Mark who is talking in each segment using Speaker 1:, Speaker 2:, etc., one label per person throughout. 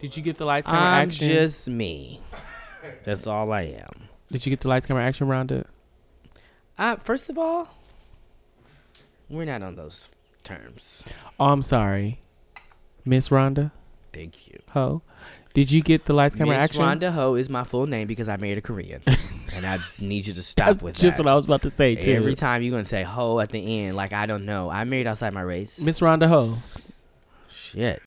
Speaker 1: Did you get the lights, camera,
Speaker 2: I'm
Speaker 1: action?
Speaker 2: just me. That's all I am.
Speaker 1: Did you get the lights, camera, action roundup?
Speaker 2: Uh, first of all, we're not on those terms.
Speaker 1: Oh, I'm sorry, Miss Rhonda
Speaker 2: Thank you.
Speaker 1: Ho. Did you get the lights, camera,
Speaker 2: Miss
Speaker 1: action?
Speaker 2: Rhonda Ho is my full name because I married a Korean, and I need you to stop
Speaker 1: That's
Speaker 2: with
Speaker 1: just
Speaker 2: that.
Speaker 1: what I was about to say too.
Speaker 2: Every time you're gonna say "ho" at the end, like I don't know. I married outside my race.
Speaker 1: Miss Rhonda Ho.
Speaker 2: Shit.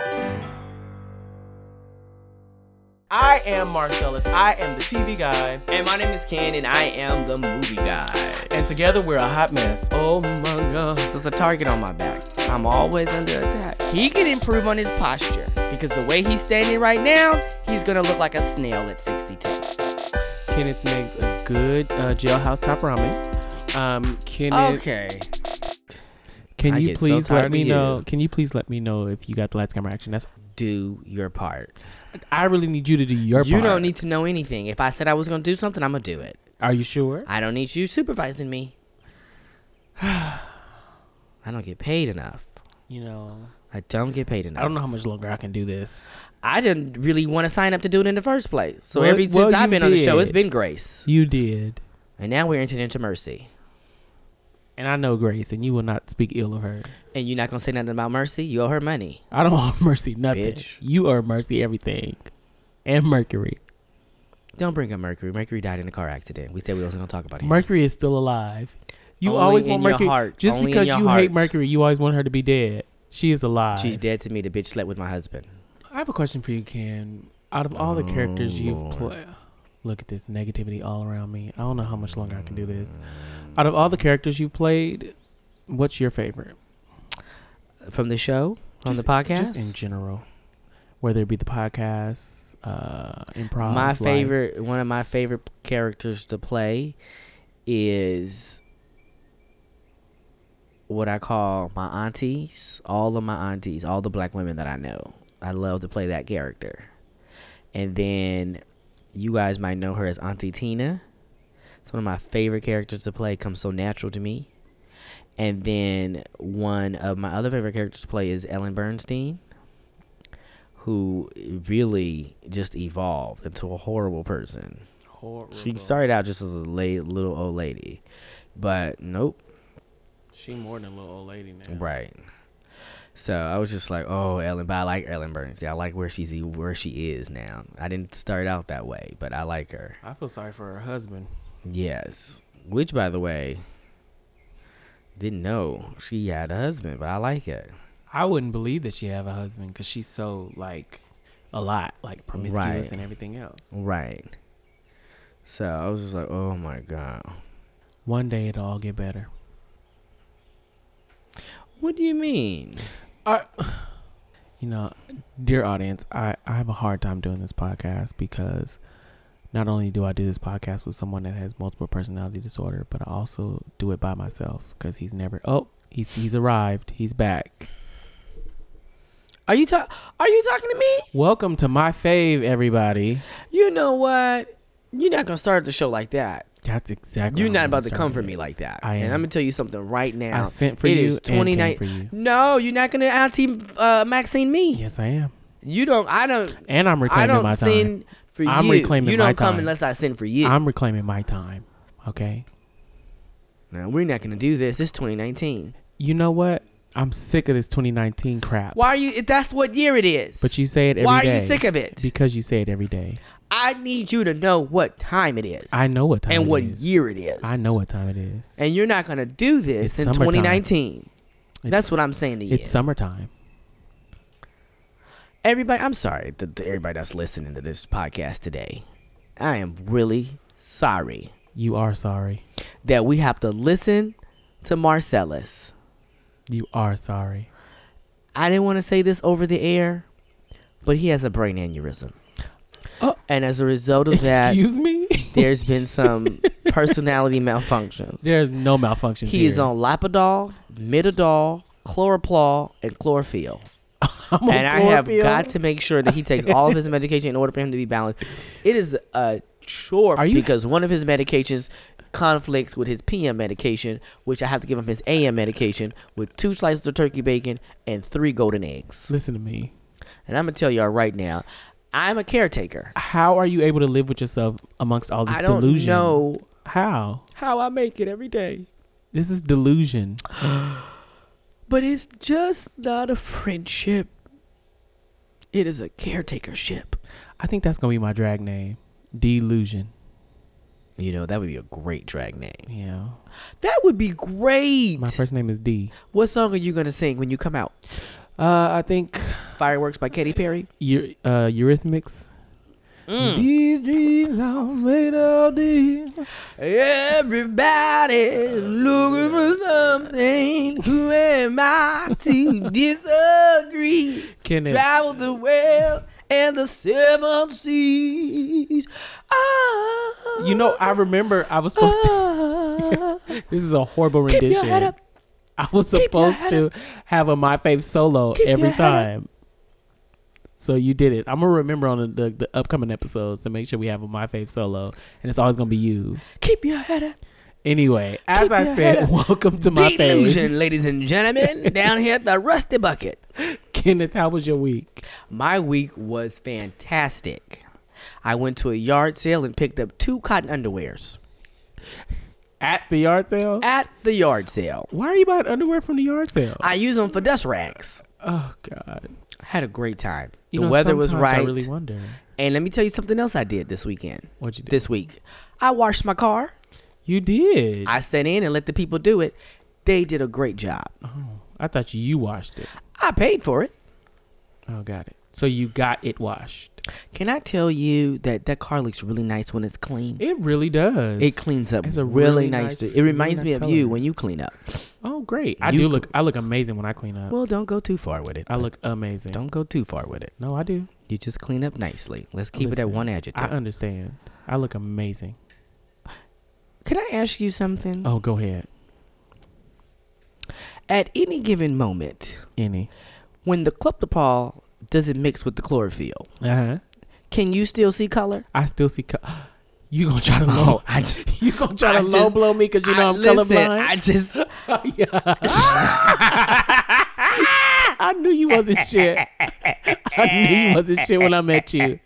Speaker 1: I am Marcellus. I am the TV guy,
Speaker 2: And my name is Ken, and I am the movie guy.
Speaker 1: and together we're a hot mess. Oh my god.
Speaker 2: There's a target on my back. I'm always under attack. He can improve on his posture because the way he's standing right now, he's gonna look like a snail at 62.
Speaker 1: Kenneth makes a good uh, jailhouse top ramen. Um, Kenneth,
Speaker 2: Okay.
Speaker 1: can
Speaker 2: I
Speaker 1: you
Speaker 2: get so
Speaker 1: please
Speaker 2: tired
Speaker 1: let
Speaker 2: of
Speaker 1: me
Speaker 2: you.
Speaker 1: know? Can you please let me know if you got the lights, camera, action? That's
Speaker 2: Do your part.
Speaker 1: I really need you to do your
Speaker 2: You
Speaker 1: part.
Speaker 2: don't need to know anything. If I said I was gonna do something, I'm gonna do it.
Speaker 1: Are you sure?
Speaker 2: I don't need you supervising me. I don't get paid enough.
Speaker 1: You know,
Speaker 2: I don't get paid enough.
Speaker 1: I don't know how much longer I can do this.
Speaker 2: I didn't really want to sign up to do it in the first place. So
Speaker 1: Well-
Speaker 2: every since
Speaker 1: well,
Speaker 2: I've
Speaker 1: you
Speaker 2: been on the show,
Speaker 1: did.
Speaker 2: it's been grace.
Speaker 1: You did,
Speaker 2: And now we're entering into mercy.
Speaker 1: and I know Grace, and you will not speak ill of her.
Speaker 2: And you're not gonna say nothing about mercy. You owe her money.
Speaker 1: I don't want mercy nothing.
Speaker 2: Bitch.
Speaker 1: You are mercy everything, and Mercury.
Speaker 2: Don't bring up Mercury. Mercury died in a car accident. We said we wasn't gonna talk about him.
Speaker 1: Mercury is still alive. You
Speaker 2: Only
Speaker 1: always
Speaker 2: in
Speaker 1: want
Speaker 2: your
Speaker 1: Mercury
Speaker 2: heart.
Speaker 1: just
Speaker 2: Only in
Speaker 1: because
Speaker 2: your
Speaker 1: you
Speaker 2: heart.
Speaker 1: hate Mercury. You always want her to be dead. She is alive.
Speaker 2: She's dead to me. The bitch slept with my husband.
Speaker 1: I have a question for you, Ken. Out of all the characters
Speaker 2: Oh,
Speaker 1: you've
Speaker 2: Lord.
Speaker 1: played, look at this negativity all around me. I don't know how much longer I can do this. Out of all the characters you've played, what's your favorite?
Speaker 2: From the show? From
Speaker 1: Just-
Speaker 2: the podcast?
Speaker 1: Just in general, whether it be the podcast, uh, improv.
Speaker 2: my
Speaker 1: live.
Speaker 2: favorite one of my favorite characters to play is what I call my aunties, all of my aunties, all the black women that I know. I love to play that character. And then you guys might know her as Auntie Tina. It's one of my favorite characters to play. It comes so natural to me. And then one of my other favorite characters to play is Ellen Bernstein who really just evolved into a horrible person. She started out just as a la- little old lady, but nope,
Speaker 1: She more than a little old lady now.
Speaker 2: right. So I was just like, oh, Ellen, but I like Ellen Bernstein. I like where she's e- where she is now. I didn't start out that way, but I like her.
Speaker 1: I feel sorry for her husband.
Speaker 2: Yes, which by the way, didn't know she had a husband, but I like it.
Speaker 1: I wouldn't believe that she have a husband because she's so like a lot, like promiscuous
Speaker 2: Right.
Speaker 1: and everything else.
Speaker 2: Right. So I was just like, oh my god.
Speaker 1: One day it'll all get better.
Speaker 2: What do you mean?
Speaker 1: You know, dear audience, I, I have a hard time doing this podcast because not only do I do this podcast with someone that has multiple personality disorder, but I also do it by myself because he's never. Oh, he's he's arrived. He's back.
Speaker 2: Are you ta- Are you talking to me?
Speaker 1: Welcome to my fave, everybody.
Speaker 2: You know what? You're not gonna start the show like that.
Speaker 1: That's exactly.
Speaker 2: You're
Speaker 1: how
Speaker 2: not
Speaker 1: I'm
Speaker 2: about to
Speaker 1: starting
Speaker 2: come for
Speaker 1: it.
Speaker 2: me like that.
Speaker 1: I
Speaker 2: And
Speaker 1: am.
Speaker 2: I'm gonna tell you something right now.
Speaker 1: I sent for
Speaker 2: It
Speaker 1: you.
Speaker 2: is
Speaker 1: and came
Speaker 2: 29
Speaker 1: for you.
Speaker 2: no, you're not gonna auntie uh, Maxine me.
Speaker 1: Yes, I am,
Speaker 2: You don't. I don't.
Speaker 1: and I'm
Speaker 2: I
Speaker 1: reclaiming my
Speaker 2: don't
Speaker 1: time.
Speaker 2: send for
Speaker 1: I'm
Speaker 2: you.
Speaker 1: reclaiming
Speaker 2: you
Speaker 1: my
Speaker 2: don't come
Speaker 1: time.
Speaker 2: unless I send for you.
Speaker 1: I'm reclaiming my time. Okay.
Speaker 2: no, we're not gonna do this. It's 2019.
Speaker 1: You know what? I'm sick of this 2019 crap.
Speaker 2: Why are you? if That's what year it is.
Speaker 1: But you say it every day.
Speaker 2: Why are you sick of it?
Speaker 1: Because you say it every day.
Speaker 2: I need you to know what time it is.
Speaker 1: I know what time.
Speaker 2: And
Speaker 1: it
Speaker 2: what
Speaker 1: is.
Speaker 2: year it is.
Speaker 1: I know what time it is.
Speaker 2: And you're not gonna do this
Speaker 1: It's
Speaker 2: in
Speaker 1: summertime.
Speaker 2: 2019. That's
Speaker 1: It's-
Speaker 2: what I'm saying to you.
Speaker 1: It's summertime.
Speaker 2: everybody, I'm sorry to, to everybody that's listening to this podcast today. I am really sorry
Speaker 1: You are sorry.
Speaker 2: that we have to listen to Marcellus.
Speaker 1: You are sorry.
Speaker 2: I didn't want to say this over the air, but he has a brain aneurysm.
Speaker 1: Oh.
Speaker 2: and as a result of that,
Speaker 1: Excuse me.
Speaker 2: there's been some personality malfunctions.
Speaker 1: There's no malfunctions.
Speaker 2: He is
Speaker 1: here.
Speaker 2: on Lapidol, Midodol, Chloroplol, and Chlorophyll.
Speaker 1: I'm on
Speaker 2: and I have
Speaker 1: chlorophyll.
Speaker 2: got to make sure that he takes all of his medication in order for him to be balanced. It is a chore
Speaker 1: Are you-
Speaker 2: because one of his medications conflicts with his PM medication, which I have to give him his AM medication with two slices of turkey bacon and three golden eggs.
Speaker 1: Listen to me.
Speaker 2: And I'm gonna tell y'all right now, I'm a caretaker.
Speaker 1: How are you able to live with yourself amongst all this
Speaker 2: I don't
Speaker 1: delusion?
Speaker 2: know
Speaker 1: How?
Speaker 2: how I make it every day.
Speaker 1: This is delusion.
Speaker 2: But it's just not a friendship. It is a caretakership.
Speaker 1: I think that's gonna be my drag name. Delusion.
Speaker 2: You know, that would be a great drag name.
Speaker 1: Yeah.
Speaker 2: That would be great.
Speaker 1: My first name is D.
Speaker 2: what song are you going to sing when you come out?
Speaker 1: Uh, I think
Speaker 2: Fireworks by Katy Perry?
Speaker 1: Eu- uh, Eurythmics.
Speaker 2: Mm.
Speaker 1: These dreams are made of these.
Speaker 2: Everybody looking for something. Who am I to disagree?
Speaker 1: Kenneth.
Speaker 2: Travel the world and the seven seas. Ah,
Speaker 1: you know, I remember I was supposed to.
Speaker 2: to.
Speaker 1: This is a horrible
Speaker 2: Keep your
Speaker 1: rendition.
Speaker 2: head up.
Speaker 1: I was
Speaker 2: Keep your
Speaker 1: supposed
Speaker 2: head
Speaker 1: to have a my fave solo
Speaker 2: Keep
Speaker 1: every
Speaker 2: your head up.
Speaker 1: time. So you did it. I'm gonna remember on the, the, the upcoming episodes to make sure we have a my fave solo, and it's always gonna be you.
Speaker 2: Keep your head up.
Speaker 1: Anyway, as
Speaker 2: Keep
Speaker 1: I
Speaker 2: your
Speaker 1: said,
Speaker 2: head up.
Speaker 1: welcome to my fave.
Speaker 2: Delusion, ladies and gentlemen, down here at the Rusty Bucket.
Speaker 1: Kenneth, how was your week?
Speaker 2: My week was fantastic. I went to a yard sale and picked up two cotton underwears
Speaker 1: At the yard sale?
Speaker 2: at the yard sale.
Speaker 1: Why are you buying underwear from the yard sale?
Speaker 2: I use them for dust rags.
Speaker 1: oh God,
Speaker 2: I had a great time.
Speaker 1: You
Speaker 2: the
Speaker 1: know,
Speaker 2: weather was
Speaker 1: sometimes
Speaker 2: right.
Speaker 1: I really wonder
Speaker 2: and let me tell you something else I did this weekend.
Speaker 1: what you did.
Speaker 2: This week, I washed my car.
Speaker 1: you did. I,
Speaker 2: I sat in and let the people do it. They did a great job.
Speaker 1: I thought you washed it.
Speaker 2: I paid for it.
Speaker 1: Oh, got it. So you got it washed.
Speaker 2: Can I tell you that that car looks really nice when it's clean?
Speaker 1: It really does.
Speaker 2: It cleans up
Speaker 1: It's
Speaker 2: really,
Speaker 1: a really
Speaker 2: nice. Uh,
Speaker 1: nice-
Speaker 2: It reminds
Speaker 1: really
Speaker 2: me of
Speaker 1: nice
Speaker 2: you
Speaker 1: color.
Speaker 2: when you clean up.
Speaker 1: Oh, great. I
Speaker 2: You
Speaker 1: do
Speaker 2: cl-
Speaker 1: look. I look amazing when I clean up.
Speaker 2: Well, don't go too far with it.
Speaker 1: I
Speaker 2: but
Speaker 1: look amazing.
Speaker 2: Don't go too far with it.
Speaker 1: No, I do.
Speaker 2: You just clean up nicely. Let's keep it at
Speaker 1: Listen,
Speaker 2: one
Speaker 1: I
Speaker 2: adjective.
Speaker 1: understand. I look amazing.
Speaker 2: Can I ask you something?
Speaker 1: Oh, go ahead.
Speaker 2: At any given moment,
Speaker 1: Any.
Speaker 2: when the cleptopol doesn't mix with the chlorophyll,
Speaker 1: Uh huh.
Speaker 2: can you still see color?
Speaker 1: I still see. Co- you gonna try to low?
Speaker 2: Oh, I,
Speaker 1: You gonna try to
Speaker 2: I
Speaker 1: low
Speaker 2: just-
Speaker 1: blow me because you know I, am
Speaker 2: listen,
Speaker 1: colorblind?
Speaker 2: I just
Speaker 1: I knew you wasn't shit. I knew you wasn't shit when I met you.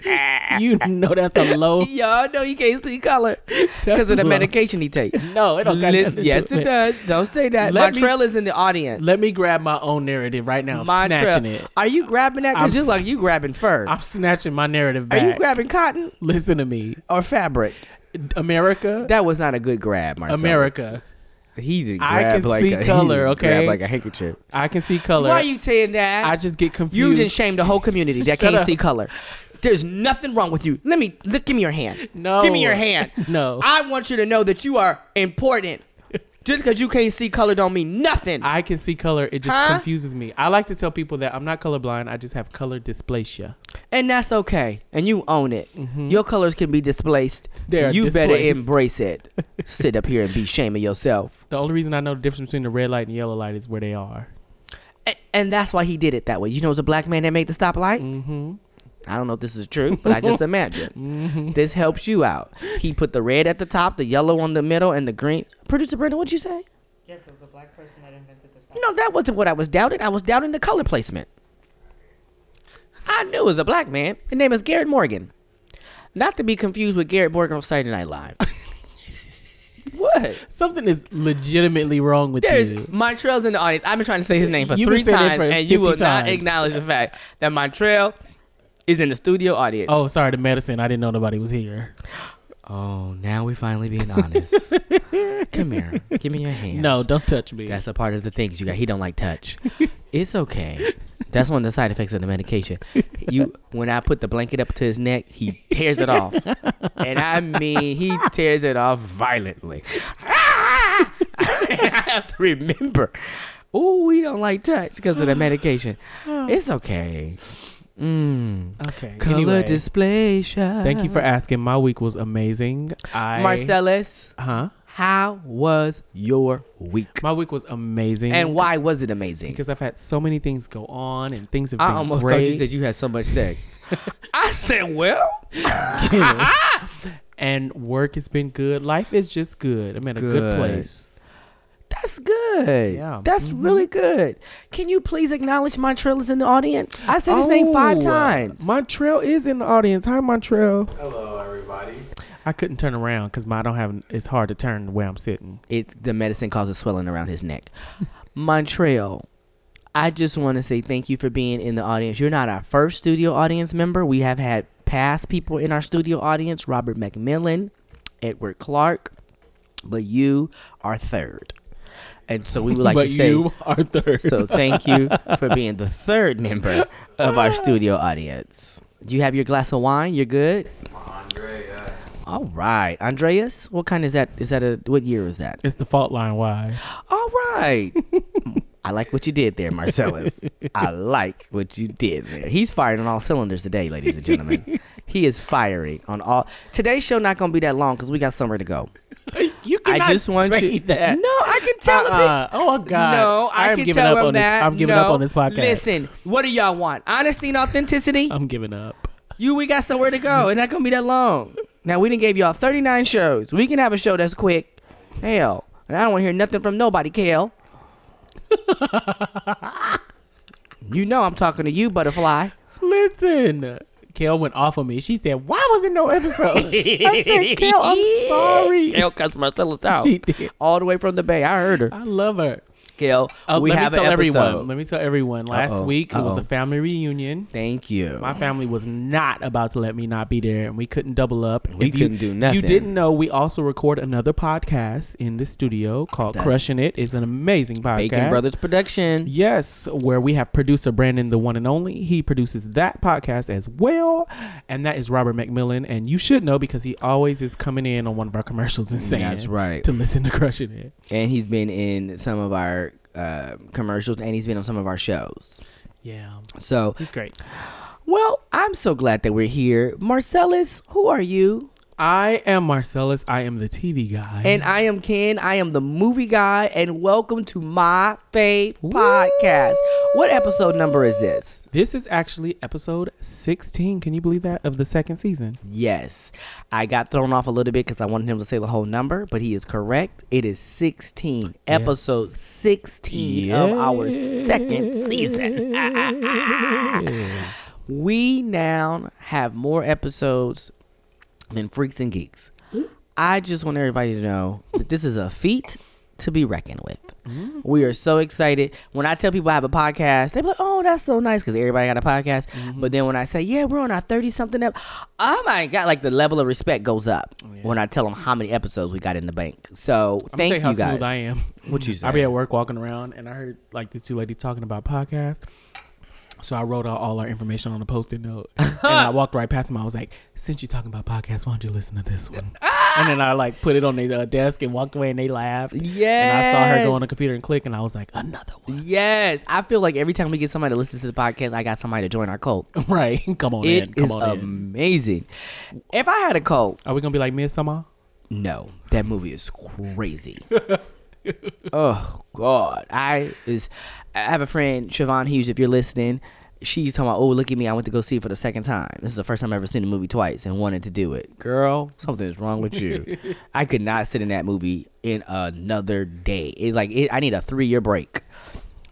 Speaker 1: You know that's a low.
Speaker 2: y'all know he can't see color because of the
Speaker 1: Look.
Speaker 2: medication he takes.
Speaker 1: No, it don't got nothing to do
Speaker 2: yes,
Speaker 1: with
Speaker 2: it does. Don't say that.
Speaker 1: Let me-
Speaker 2: Montreal is in the audience.
Speaker 1: Let me grab my own narrative right now. I'm
Speaker 2: Montreal,
Speaker 1: snatching it.
Speaker 2: Are you grabbing that? Because
Speaker 1: I'm
Speaker 2: you like you grabbing fur.
Speaker 1: I'm snatching my narrative
Speaker 2: Are you
Speaker 1: back.
Speaker 2: grabbing cotton
Speaker 1: Listen to me,
Speaker 2: or fabric?
Speaker 1: America.
Speaker 2: That was not a good grab, Marcel.
Speaker 1: America.
Speaker 2: He did
Speaker 1: I
Speaker 2: grab
Speaker 1: can
Speaker 2: like
Speaker 1: see
Speaker 2: a, he
Speaker 1: color,
Speaker 2: did
Speaker 1: okay?
Speaker 2: grab like a handkerchief.
Speaker 1: I can see color.
Speaker 2: Why are you saying that?
Speaker 1: I just get confused.
Speaker 2: you didn't shame the whole community
Speaker 1: Shut
Speaker 2: that can't
Speaker 1: up.
Speaker 2: see color. There's nothing wrong with you. Let me look, give me your hand.
Speaker 1: No.
Speaker 2: Give me your hand.
Speaker 1: No.
Speaker 2: I want you to know that you are important. Just because you can't see color don't mean nothing.
Speaker 1: I can see color. It just
Speaker 2: Huh?
Speaker 1: confuses me. I like to tell people that I'm not colorblind. I just have color dysplasia.
Speaker 2: and that's okay. And you own it. Your colors can be displaced.
Speaker 1: They are
Speaker 2: you better
Speaker 1: displaced.
Speaker 2: embrace it. Sit up here and be ashamed of yourself.
Speaker 1: The only reason I know the difference between the red light and yellow light is where they are.
Speaker 2: And, and that's why he did it that way. You know, it was a black man that made the stoplight.
Speaker 1: Mm-hmm.
Speaker 2: I don't know if this is true, but I just imagine. This helps you out. He put the red at the top, the yellow on the middle, and the green. Producer Brenda, what'd you say?
Speaker 3: Yes, it was a black person that invented the stop.
Speaker 2: No, that wasn't what I was doubting. I was doubting the color placement. I knew it was a black man. His name is Garrett Morgan. Not to be confused with Garrett Morgan on Saturday Night Live. what?
Speaker 1: Something is legitimately wrong with
Speaker 2: There's
Speaker 1: you.
Speaker 2: Montrell's in the audience. I've been trying to say his name for
Speaker 1: You've been
Speaker 2: three
Speaker 1: saying it
Speaker 2: times,
Speaker 1: for
Speaker 2: and
Speaker 1: 50
Speaker 2: you will not
Speaker 1: times.
Speaker 2: acknowledge the fact that Montrell is in the studio audience.
Speaker 1: Oh, sorry, the medicine. I didn't know nobody was here.
Speaker 2: Oh, now we're finally being honest. Come here. Give me your hand.
Speaker 1: No, don't touch me.
Speaker 2: That's a part of the things you got. He don't like touch. it's okay. That's one of the side effects of the medication. You when I put the blanket up to his neck, he tears it off. and I mean he tears it off violently. Ah! I have to remember. Oh, we don't like touch because of the medication. It's okay. Mm.
Speaker 1: okay.
Speaker 2: Color uh-huh.
Speaker 1: anyway,
Speaker 2: dysplasia.
Speaker 1: thank you for asking. My week was amazing. I
Speaker 2: Marcellus.
Speaker 1: huh?
Speaker 2: How was your week?
Speaker 1: My week was amazing.
Speaker 2: And why was it amazing?
Speaker 1: Because I've had so many things go on and things have been
Speaker 2: I almost
Speaker 1: great.
Speaker 2: thought you said you had so much sex. I said, well,
Speaker 1: Yes. and work has been good. Life is just good. I'm at a good
Speaker 2: Good.
Speaker 1: place.
Speaker 2: That's good.
Speaker 1: Yeah.
Speaker 2: That's
Speaker 1: Mhm.
Speaker 2: really good. Can you please acknowledge Montreal is in the audience? I said his name five
Speaker 1: Oh,
Speaker 2: times.
Speaker 1: Montrell is in the audience. Hi, Montrell.
Speaker 4: Hello, everybody.
Speaker 1: I couldn't turn around because I don't have. It's hard to turn the way I'm sitting.
Speaker 2: it the medicine causes swelling around his neck. Montreal, I just want to say thank you for being in the audience. You're not our first studio audience member. We have had past people in our studio audience, Robert McMillan, Edward Clark, but you are third. And so we would like
Speaker 1: but
Speaker 2: to say
Speaker 1: you are third.
Speaker 2: so thank you for being the third member of our studio audience. Do you have your glass of wine? You're good?
Speaker 4: Andre, yes.
Speaker 2: All right. Andreas, what kind is that? Is that a what year is that?
Speaker 1: it's the fault line. Why?
Speaker 2: All right. I like what you did there, Marcellus. I like what you did there. He's firing on all cylinders today, ladies and gentlemen. he is firing on all. Today's show not gonna be that long because we got somewhere to go.
Speaker 1: You
Speaker 2: I just want you. Uh, No, I can tell. the
Speaker 1: Uh-uh. Oh God.
Speaker 2: No, I,
Speaker 1: am
Speaker 2: can
Speaker 1: giving
Speaker 2: tell
Speaker 1: up
Speaker 2: him
Speaker 1: on
Speaker 2: that.
Speaker 1: this. I'm giving
Speaker 2: no.
Speaker 1: up on this podcast.
Speaker 2: Listen, what do y'all want? Honesty and authenticity.
Speaker 1: I'm giving up.
Speaker 2: you, we got somewhere to go. It's not gonna be that long. Now we didn't gave y'all 39 shows. We can have a show that's quick. Hell, and I don't want to hear nothing from nobody, Kale. you know I'm talking to you, butterfly.
Speaker 1: Listen. Kale went off on me. She said, "Why wasn't no episode?" I said, "Kale, I'm sorry."
Speaker 2: Kale cuts Marcella's out
Speaker 1: She did.
Speaker 2: all the way from the Bay. I heard her.
Speaker 1: I love her.
Speaker 2: Kale,
Speaker 1: Oh,
Speaker 2: we
Speaker 1: let
Speaker 2: have
Speaker 1: me tell
Speaker 2: an episode.
Speaker 1: everyone. Let me tell everyone. Last
Speaker 2: Uh-oh.
Speaker 1: week it was
Speaker 2: Uh-oh.
Speaker 1: a family reunion.
Speaker 2: Thank you.
Speaker 1: My family was not about to let me not be there, and we couldn't double up.
Speaker 2: We
Speaker 1: If you-
Speaker 2: couldn't do nothing.
Speaker 1: You didn't know we also record another podcast in the studio called
Speaker 2: That-
Speaker 1: Crushing It. It's an amazing podcast.
Speaker 2: Bacon Brothers production.
Speaker 1: Yes, where we have producer Brandon, the one and only. He produces that podcast as well, and that is Robert McMillan. And you should know because he always is coming in on one of our commercials and saying,
Speaker 2: That's right.
Speaker 1: to listen to Crushing It."
Speaker 2: And he's been in some of our uh, commercials and he's been on some of our shows.
Speaker 1: Yeah,
Speaker 2: um, So,
Speaker 1: he's great.
Speaker 2: well, I'm so glad that we're here. Marcellus, who are you?
Speaker 1: I am Marcellus. I am the TV guy.
Speaker 2: And I am Ken. I am the movie guy. And welcome to my fave
Speaker 1: Woo!
Speaker 2: podcast. What episode number is this?
Speaker 1: this is actually episode 16. Can you believe that of the second season?
Speaker 2: Yes, I got thrown off a little bit because I wanted him to say the whole number, but he is correct. It is 16,
Speaker 1: Yes.
Speaker 2: episode 16 of our second season.
Speaker 1: Yeah.
Speaker 2: We now have more episodes than Freaks and Geeks. I just want everybody to know that this is a feat to be reckoned with.
Speaker 1: Mm-hmm.
Speaker 2: We are so excited. When I tell people I have a podcast, they be like, oh, that's so nice because everybody got a podcast. But then when I say, yeah, we're on our 30 something up, oh my God, like the level of respect goes up when I tell them how many episodes we got in the bank. So
Speaker 1: I'm gonna tell
Speaker 2: thank you
Speaker 1: you how
Speaker 2: guys.
Speaker 1: smooth I am.
Speaker 2: What you say?
Speaker 1: I be at work walking around and I heard like these two ladies talking about podcasts. So I wrote out all our information on a post-it note, and I walked right past them. I was like, "Since you're talking about podcasts, why don't you listen to this one?"
Speaker 2: Ah!
Speaker 1: and then I like put it on their uh, desk and walked away, and they laughed. And I
Speaker 2: Yes.
Speaker 1: saw her go on the computer and click, and I was like, "Another one,
Speaker 2: Yes, I feel like every time we get somebody to listen to the podcast, I got somebody to join our cult.
Speaker 1: right? Come on
Speaker 2: It
Speaker 1: in, come
Speaker 2: is
Speaker 1: on in."
Speaker 2: amazing. If I had a cult,
Speaker 1: Are we gonna be like Midsummer?
Speaker 2: no, that movie is crazy. oh God, I is. I have a friend, Siobhan Hughes. If you're listening, she's talking about, oh look at me, I went to go see it for the second time. This is the first time I've ever seen the movie twice and wanted to do it. Girl, something is wrong with you. I could not sit in that movie in another day. It like it, I need a three year break,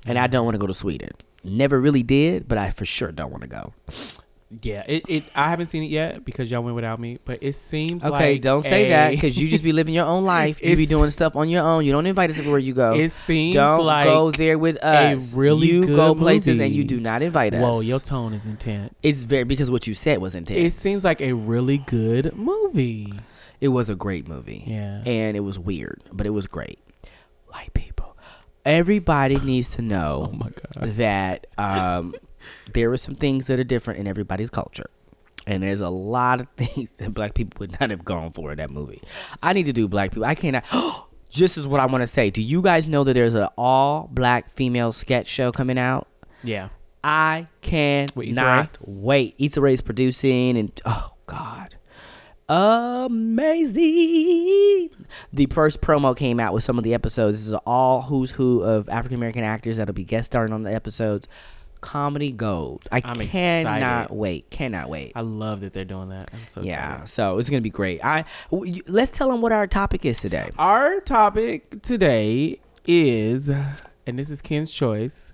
Speaker 2: and I don't want to go to Sweden. Never really did, but I for sure don't want to go.
Speaker 1: Yeah, it, it. I haven't seen it yet because y'all went without me, but it seems
Speaker 2: Okay,
Speaker 1: like
Speaker 2: don't say that
Speaker 1: a-
Speaker 2: 'cause that because you just be living your own life. you be
Speaker 1: It's-
Speaker 2: doing stuff on your own. You don't invite us everywhere you go.
Speaker 1: it seems
Speaker 2: don't
Speaker 1: like
Speaker 2: go there with us.
Speaker 1: really
Speaker 2: you
Speaker 1: good
Speaker 2: go places and
Speaker 1: movie.
Speaker 2: you do not invite us.
Speaker 1: Whoa, your tone is intense.
Speaker 2: it's very because what you said was intense.
Speaker 1: It seems like a really good movie.
Speaker 2: it was a great movie.
Speaker 1: Yeah.
Speaker 2: and it was weird, but it was great. White people, everybody needs to
Speaker 1: Oh
Speaker 2: know
Speaker 1: god.
Speaker 2: that um, there are some things that are different in everybody's culture. And there's a lot of things that black people would not have gone for in that movie. I need to do black people. I cannot. Just is what I want to say. Do you guys know that there's an all black female sketch show coming out?
Speaker 1: Yeah.
Speaker 2: I can
Speaker 1: With Issa Rae?
Speaker 2: not wait. Issa Rae's producing, and oh god, amazing! The first promo came out with some of the episodes. This is all who's who of African American actors that'll be guest starring on the episodes. Comedy gold. I
Speaker 1: I'm
Speaker 2: cannot
Speaker 1: excited.
Speaker 2: wait. Cannot wait.
Speaker 1: I love that they're doing that. I'm so
Speaker 2: yeah,
Speaker 1: excited.
Speaker 2: so it's gonna be great. I w- you- let's tell them what our topic is today.
Speaker 1: Our topic today is, and this is Ken's choice,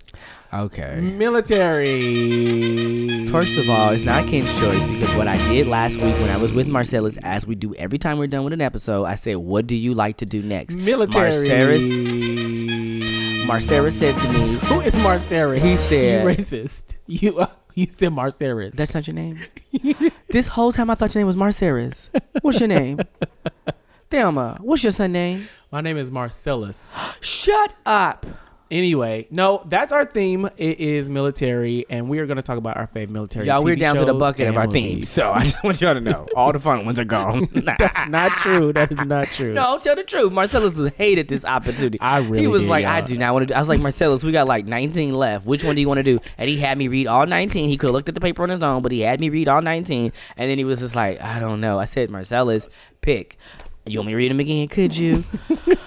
Speaker 2: Okay.
Speaker 1: military.
Speaker 2: First of all, it's not Ken's choice because what I did last week when I was with Marcellus, as we do every time we're done with an episode, I said, What do you like to do next?
Speaker 1: military.
Speaker 2: Marcellus said to me,
Speaker 1: Who is Marceris?
Speaker 2: He said-
Speaker 1: you racist. You uh, you said Marceris.
Speaker 2: That's not your name. this whole time I thought your name was Marceris. What's your name? Thelma, what's your son name?
Speaker 1: My name is Marcellus.
Speaker 2: Shut up.
Speaker 1: Anyway, no, that's our theme. It is military, and we are going to talk about our favorite military.
Speaker 2: Y'all, we're
Speaker 1: TV
Speaker 2: down to the
Speaker 1: shows
Speaker 2: bucket of
Speaker 1: and
Speaker 2: our
Speaker 1: movies.
Speaker 2: theme. So I just want y'all to know all the fun ones are gone.
Speaker 1: that's not true. That is not true.
Speaker 2: No, tell the truth. Marcellus hated this opportunity.
Speaker 1: I really.
Speaker 2: he was
Speaker 1: did,
Speaker 2: like, I
Speaker 1: y'all.
Speaker 2: do not want to do. I was like, Marcellus, we got like 19 left. Which one do you want to do? And he had me read all 19. He could have looked at the paper on his own, but he had me read all 19. And then he was just like, I don't know. I said, Marcellus, pick. You want me to read them again? Could you?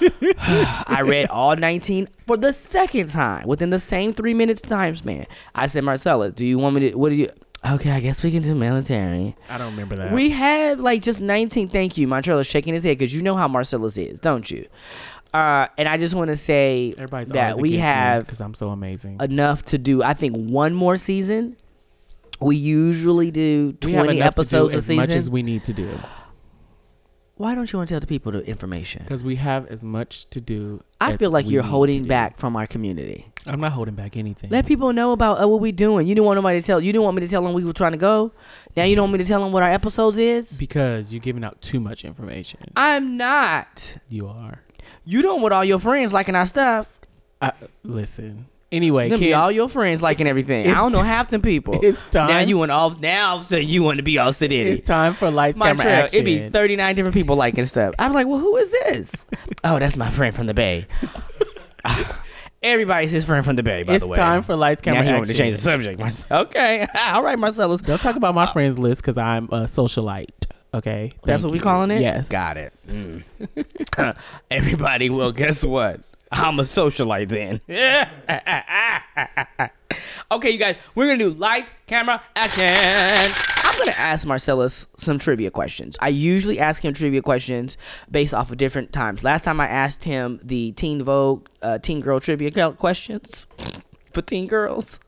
Speaker 2: I read all 19 for the second time within the same three minutes time span. I said, Marcellus, do you want me to? What do you? Okay, I guess we can do military.
Speaker 1: I don't remember that.
Speaker 2: We had like just 19. Thank you. Montrella's shaking his head because you know how Marcellus is, don't you? Uh, and I just want to say
Speaker 1: Everybody's
Speaker 2: that we have
Speaker 1: because I'm so amazing.
Speaker 2: enough to do, I think, one more season. We usually do
Speaker 1: we have
Speaker 2: 20
Speaker 1: enough to do
Speaker 2: episodes a
Speaker 1: as much
Speaker 2: season.
Speaker 1: as we need to do
Speaker 2: Why don't you want to tell the people the information?
Speaker 1: because we have as much to do.
Speaker 2: I
Speaker 1: as
Speaker 2: feel like
Speaker 1: we
Speaker 2: you're
Speaker 1: need to
Speaker 2: holding
Speaker 1: do.
Speaker 2: back from our community.
Speaker 1: I'm not holding back anything.
Speaker 2: Let people know about uh, what we doing. You didn't want nobody to tell. You didn't want me to tell them we were trying to go. Now you don't want me to tell them what our episodes is.
Speaker 1: because you're giving out too much information.
Speaker 2: I'm not.
Speaker 1: you are.
Speaker 2: You don't want all your friends liking our stuff.
Speaker 1: I, listen. Anyway,
Speaker 2: Them be
Speaker 1: Ken,
Speaker 2: all your friends liking everything. I
Speaker 1: It's-
Speaker 2: don't know half them people.
Speaker 1: it's time.
Speaker 2: Now you want all now all of a sudden you want to be all
Speaker 1: it's
Speaker 2: city.
Speaker 1: time for lights,
Speaker 2: My
Speaker 1: camera,
Speaker 2: trail,
Speaker 1: action.
Speaker 2: it'd be thirty nine different people liking stuff. I'm like, well, who is this? oh, that's my friend from the Bay. Everybody's his friend from the Bay, by
Speaker 1: it's
Speaker 2: the way.
Speaker 1: time for lights,
Speaker 2: now
Speaker 1: camera,
Speaker 2: you
Speaker 1: action.
Speaker 2: want to change the subject. Marce- Okay, all right, Marcellus.
Speaker 1: Don't talk about my friends list because I'm a socialite. Okay,
Speaker 2: That's
Speaker 1: Thank
Speaker 2: what we
Speaker 1: you.
Speaker 2: calling it.
Speaker 1: Yes,
Speaker 2: got it. Mm. Everybody, well, guess what? I'm a socialite then. okay, you guys, we're gonna do lights, camera, action. I'm gonna ask Marcellus some trivia questions. I usually ask him trivia questions based off of different times. Last time I asked him the Teen Vogue, uh, Teen Girl trivia cal- questions for teen girls.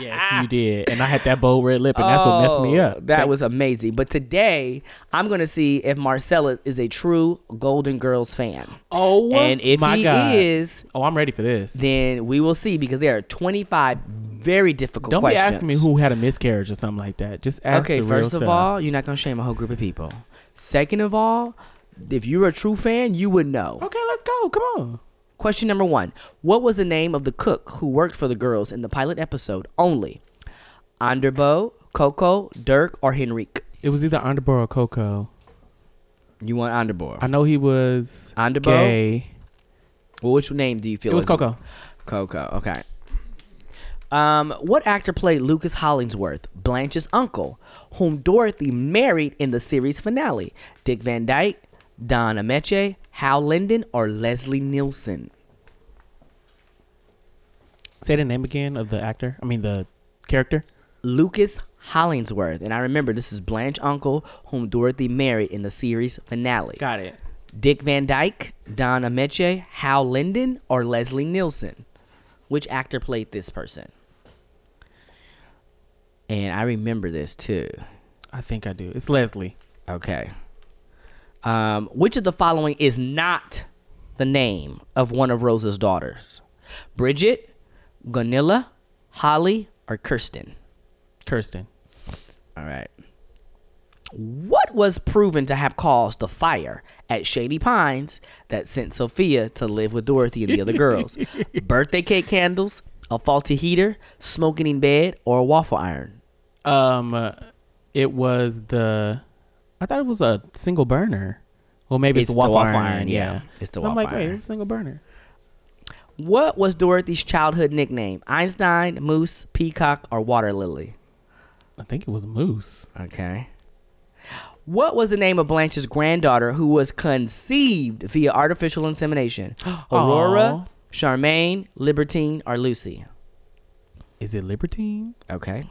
Speaker 1: Yes, you did, and I had that bold red lip, and that's what messed me
Speaker 2: Oh,
Speaker 1: up.
Speaker 2: That
Speaker 1: Thank-
Speaker 2: was amazing. But today, I'm going to see if Marcella is a true Golden Girls fan.
Speaker 1: oh,
Speaker 2: and if
Speaker 1: my
Speaker 2: he
Speaker 1: God.
Speaker 2: is,
Speaker 1: oh, I'm ready for this.
Speaker 2: then we will see because there are 25 very difficult
Speaker 1: Don't
Speaker 2: questions.
Speaker 1: be asking me who had a miscarriage or something like that. Just ask
Speaker 2: Okay,
Speaker 1: the real
Speaker 2: first of
Speaker 1: stuff.
Speaker 2: all, you're not going to shame a whole group of people. Second of all, if you're a true fan, you would know.
Speaker 1: Okay, let's go. Come on.
Speaker 2: Question number one What was the name of the cook who worked for the girls in the pilot episode only? Anderbo, Coco, Dirk, or Henrique?
Speaker 1: It was either Underbar or Coco.
Speaker 2: You want Anderbo?
Speaker 1: I know he was
Speaker 2: Anderbo?
Speaker 1: gay.
Speaker 2: Well, which name do you feel?
Speaker 1: It was
Speaker 2: is-
Speaker 1: Coco.
Speaker 2: Coco. Okay. Um, what actor played Lucas Hollingsworth, Blanche's uncle, whom Dorothy married in the series finale? Dick Van Dyke, Don Ameche, Hal Linden, or Leslie Nielsen?
Speaker 1: Say the name again of the actor. I mean the character.
Speaker 2: Lucas Hollingsworth, and I remember this is Blanche's uncle, whom Dorothy married in the series finale.
Speaker 1: Got it.
Speaker 2: Dick Van Dyke, Don Ameche, Hal Linden, or Leslie Nielsen? Which actor played this person? And I remember this too.
Speaker 1: I think I do. It's Leslie.
Speaker 2: Okay. Um, which of the following is not the name of one of Rosa's daughters? Bridget, Gonilla, Holly, or Kirsten?
Speaker 1: Kirsten.
Speaker 2: All right. What was proven to have caused the fire at Shady Pines that sent Sophia to live with Dorothy and the other girls? Birthday cake candles, a faulty heater, smoking in bed, or a waffle iron?
Speaker 1: Um, uh, it was the. I thought it was a single burner. Well, maybe it's, the waffle, iron. Yeah.
Speaker 2: It's
Speaker 1: So
Speaker 2: the waffle
Speaker 1: I'm like,
Speaker 2: iron.
Speaker 1: wait, it's a single burner.
Speaker 2: What was Dorothy's childhood nickname? Einstein, Moose, Peacock, or Water Lily?
Speaker 1: I think it was moose.
Speaker 2: Okay. What was the name of Blanche's granddaughter who was conceived via artificial insemination?
Speaker 1: Aw.
Speaker 2: Aurora, Charmaine, Libertine, or Lucy?
Speaker 1: Is it libertine?
Speaker 2: Okay.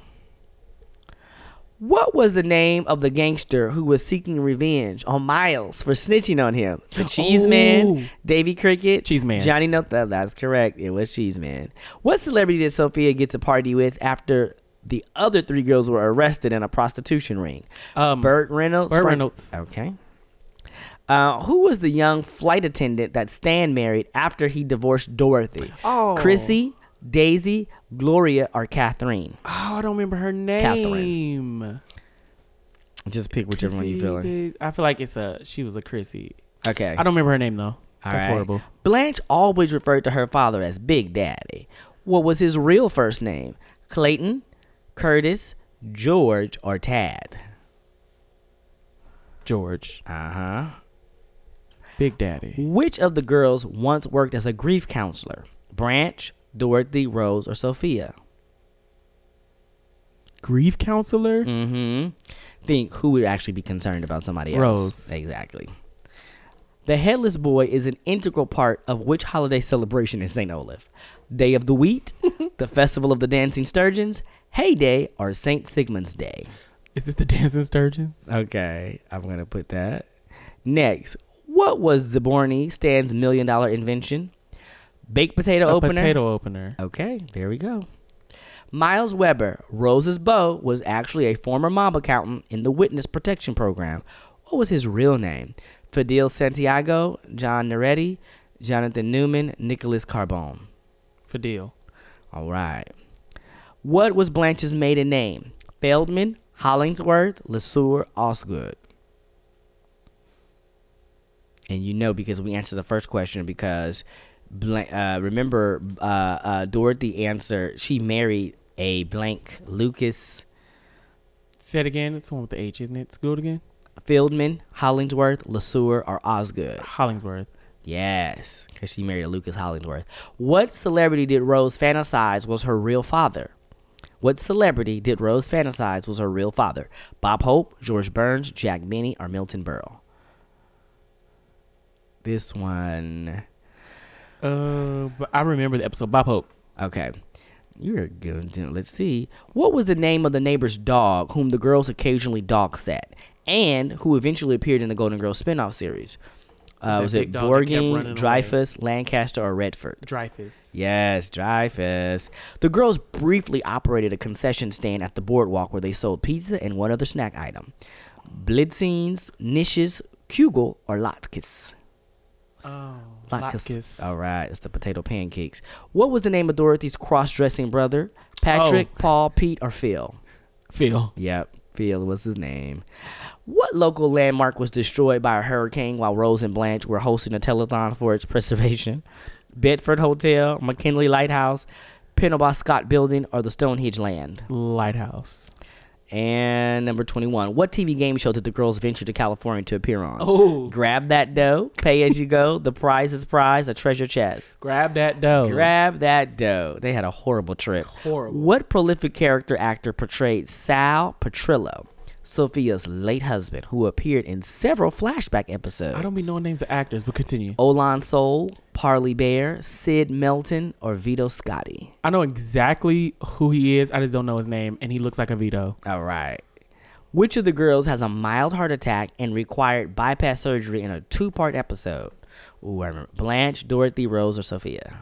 Speaker 2: What was the name of the gangster who was seeking revenge on Miles for snitching on him? The Cheese
Speaker 1: Ooh.
Speaker 2: Man, Davy Cricket,
Speaker 1: Cheese Man.
Speaker 2: Johnny No. that- That's correct. It was Cheese Man. What celebrity did Sophia get to party with after the other three girls were arrested in a prostitution ring?
Speaker 1: Um,
Speaker 2: Burt Reynolds.
Speaker 1: Burt
Speaker 2: Frank-
Speaker 1: Reynolds.
Speaker 2: Okay. Uh, who was the young flight attendant that Stan married after he divorced Dorothy?
Speaker 1: Oh.
Speaker 2: Chrissy, Daisy, Gloria, or Catherine?
Speaker 1: Oh, I don't remember her
Speaker 2: Catherine.
Speaker 1: name.
Speaker 2: Just pick whichever one you
Speaker 1: Chrissy
Speaker 2: feeling.
Speaker 1: did- I feel like it's a. She was a Chrissy.
Speaker 2: Okay.
Speaker 1: I don't remember her name though.
Speaker 2: All
Speaker 1: That's
Speaker 2: right.
Speaker 1: horrible.
Speaker 2: Blanche always referred to her father as Big Daddy. What was his real first name? Clayton, Curtis, George, or Tad?
Speaker 1: George,
Speaker 2: Uh huh.
Speaker 1: Big Daddy.
Speaker 2: Which of the girls once worked as a grief counselor? Branch, Dorothy, Rose, or Sophia?
Speaker 1: Grief counselor.
Speaker 2: Mm-hmm. Think who would actually be concerned about somebody else?
Speaker 1: Rose.
Speaker 2: Exactly. The headless boy is an integral part of which holiday celebration in St. Olaf? Day of the Wheat, the Festival of the Dancing Sturgeons, Hay Day, or St. Sigmund's Day?
Speaker 1: Is it the Dancing Sturgeons?
Speaker 2: Okay, I'm gonna put that. Next, what was Zaborni Stan's million dollar invention? Baked potato
Speaker 1: a
Speaker 2: opener.
Speaker 1: potato opener.
Speaker 2: Okay, there we go. Miles Weber, Rose's beau, was actually a former mob accountant in the Witness Protection Program. What was his real name? Fidel Santiago, John Noretti, Jonathan Newman, Nicholas Carbone.
Speaker 1: For deal.
Speaker 2: All right. What was Blanche's maiden name? Feldman, Hollingsworth, Lesueur, Osgood. And you know because we answered the first question because blank, uh, remember uh, uh, Dorothy answered she married a blank Lucas
Speaker 1: Say it again. It's the one with the H, isn't it? School again.
Speaker 2: Feldman, Hollingsworth, Lesueur, or Osgood.
Speaker 1: Hollingsworth.
Speaker 2: Yes, because she married Lucas Hollingsworth. What celebrity did Rose fantasize was her real father? What celebrity did Rose fantasize was her real father? Bob Hope, George Burns, Jack Benny, or Milton Berle? This one.
Speaker 1: Uh, but I remember the episode. Bob Hope.
Speaker 2: Okay. You're good. dude. Let's see. What was the name of the neighbor's dog whom the girls occasionally dog sat and who eventually appeared in the Golden Girls spinoff series? Uh,
Speaker 1: that
Speaker 2: was
Speaker 1: big
Speaker 2: it
Speaker 1: dog that kept
Speaker 2: Borgin,
Speaker 1: running away?
Speaker 2: Dreyfus, Lancaster, or Redford?
Speaker 1: Dreyfus.
Speaker 2: Yes, Dreyfus. The girls briefly operated a concession stand at the boardwalk where they sold pizza and one other snack item. Blitzines, Nishes, Kugel, or Latkes.
Speaker 1: Oh.
Speaker 2: Latkes. All right, it's the potato pancakes. What was the name of Dorothy's cross-dressing brother? Patrick, Paul, Pete, or Phil?
Speaker 1: Phil.
Speaker 2: Yep, Phil was his name. What local landmark was destroyed by a hurricane while Rose and Blanche were hosting a telethon for its preservation? Bedford Hotel, McKinley Lighthouse, Pennobah Scott Building, or the Stonehenge Land?
Speaker 1: Lighthouse.
Speaker 2: And number 21, what TV game show did the girls venture to California to appear on?
Speaker 1: Oh.
Speaker 2: Grab that dough, pay as you go, the prize is prize, a treasure chest.
Speaker 1: Grab that dough.
Speaker 2: Grab that dough. They had a horrible trip.
Speaker 1: Horrible.
Speaker 2: What prolific character actor portrayed Sal Petrillo, Sophia's late husband, who appeared in several flashback episodes?
Speaker 1: I don't be knowing names of actors, but continue.
Speaker 2: Olan Soul, Parley Bear, Sid Melton, or Vito Scotti.
Speaker 1: I know exactly who he is. I just don't know his name, and he looks like a Vito.
Speaker 2: All right. Which of the girls has a mild heart attack and required bypass surgery in a two-part episode? Ooh, I remember. Blanche, Dorothy, Rose, or Sophia?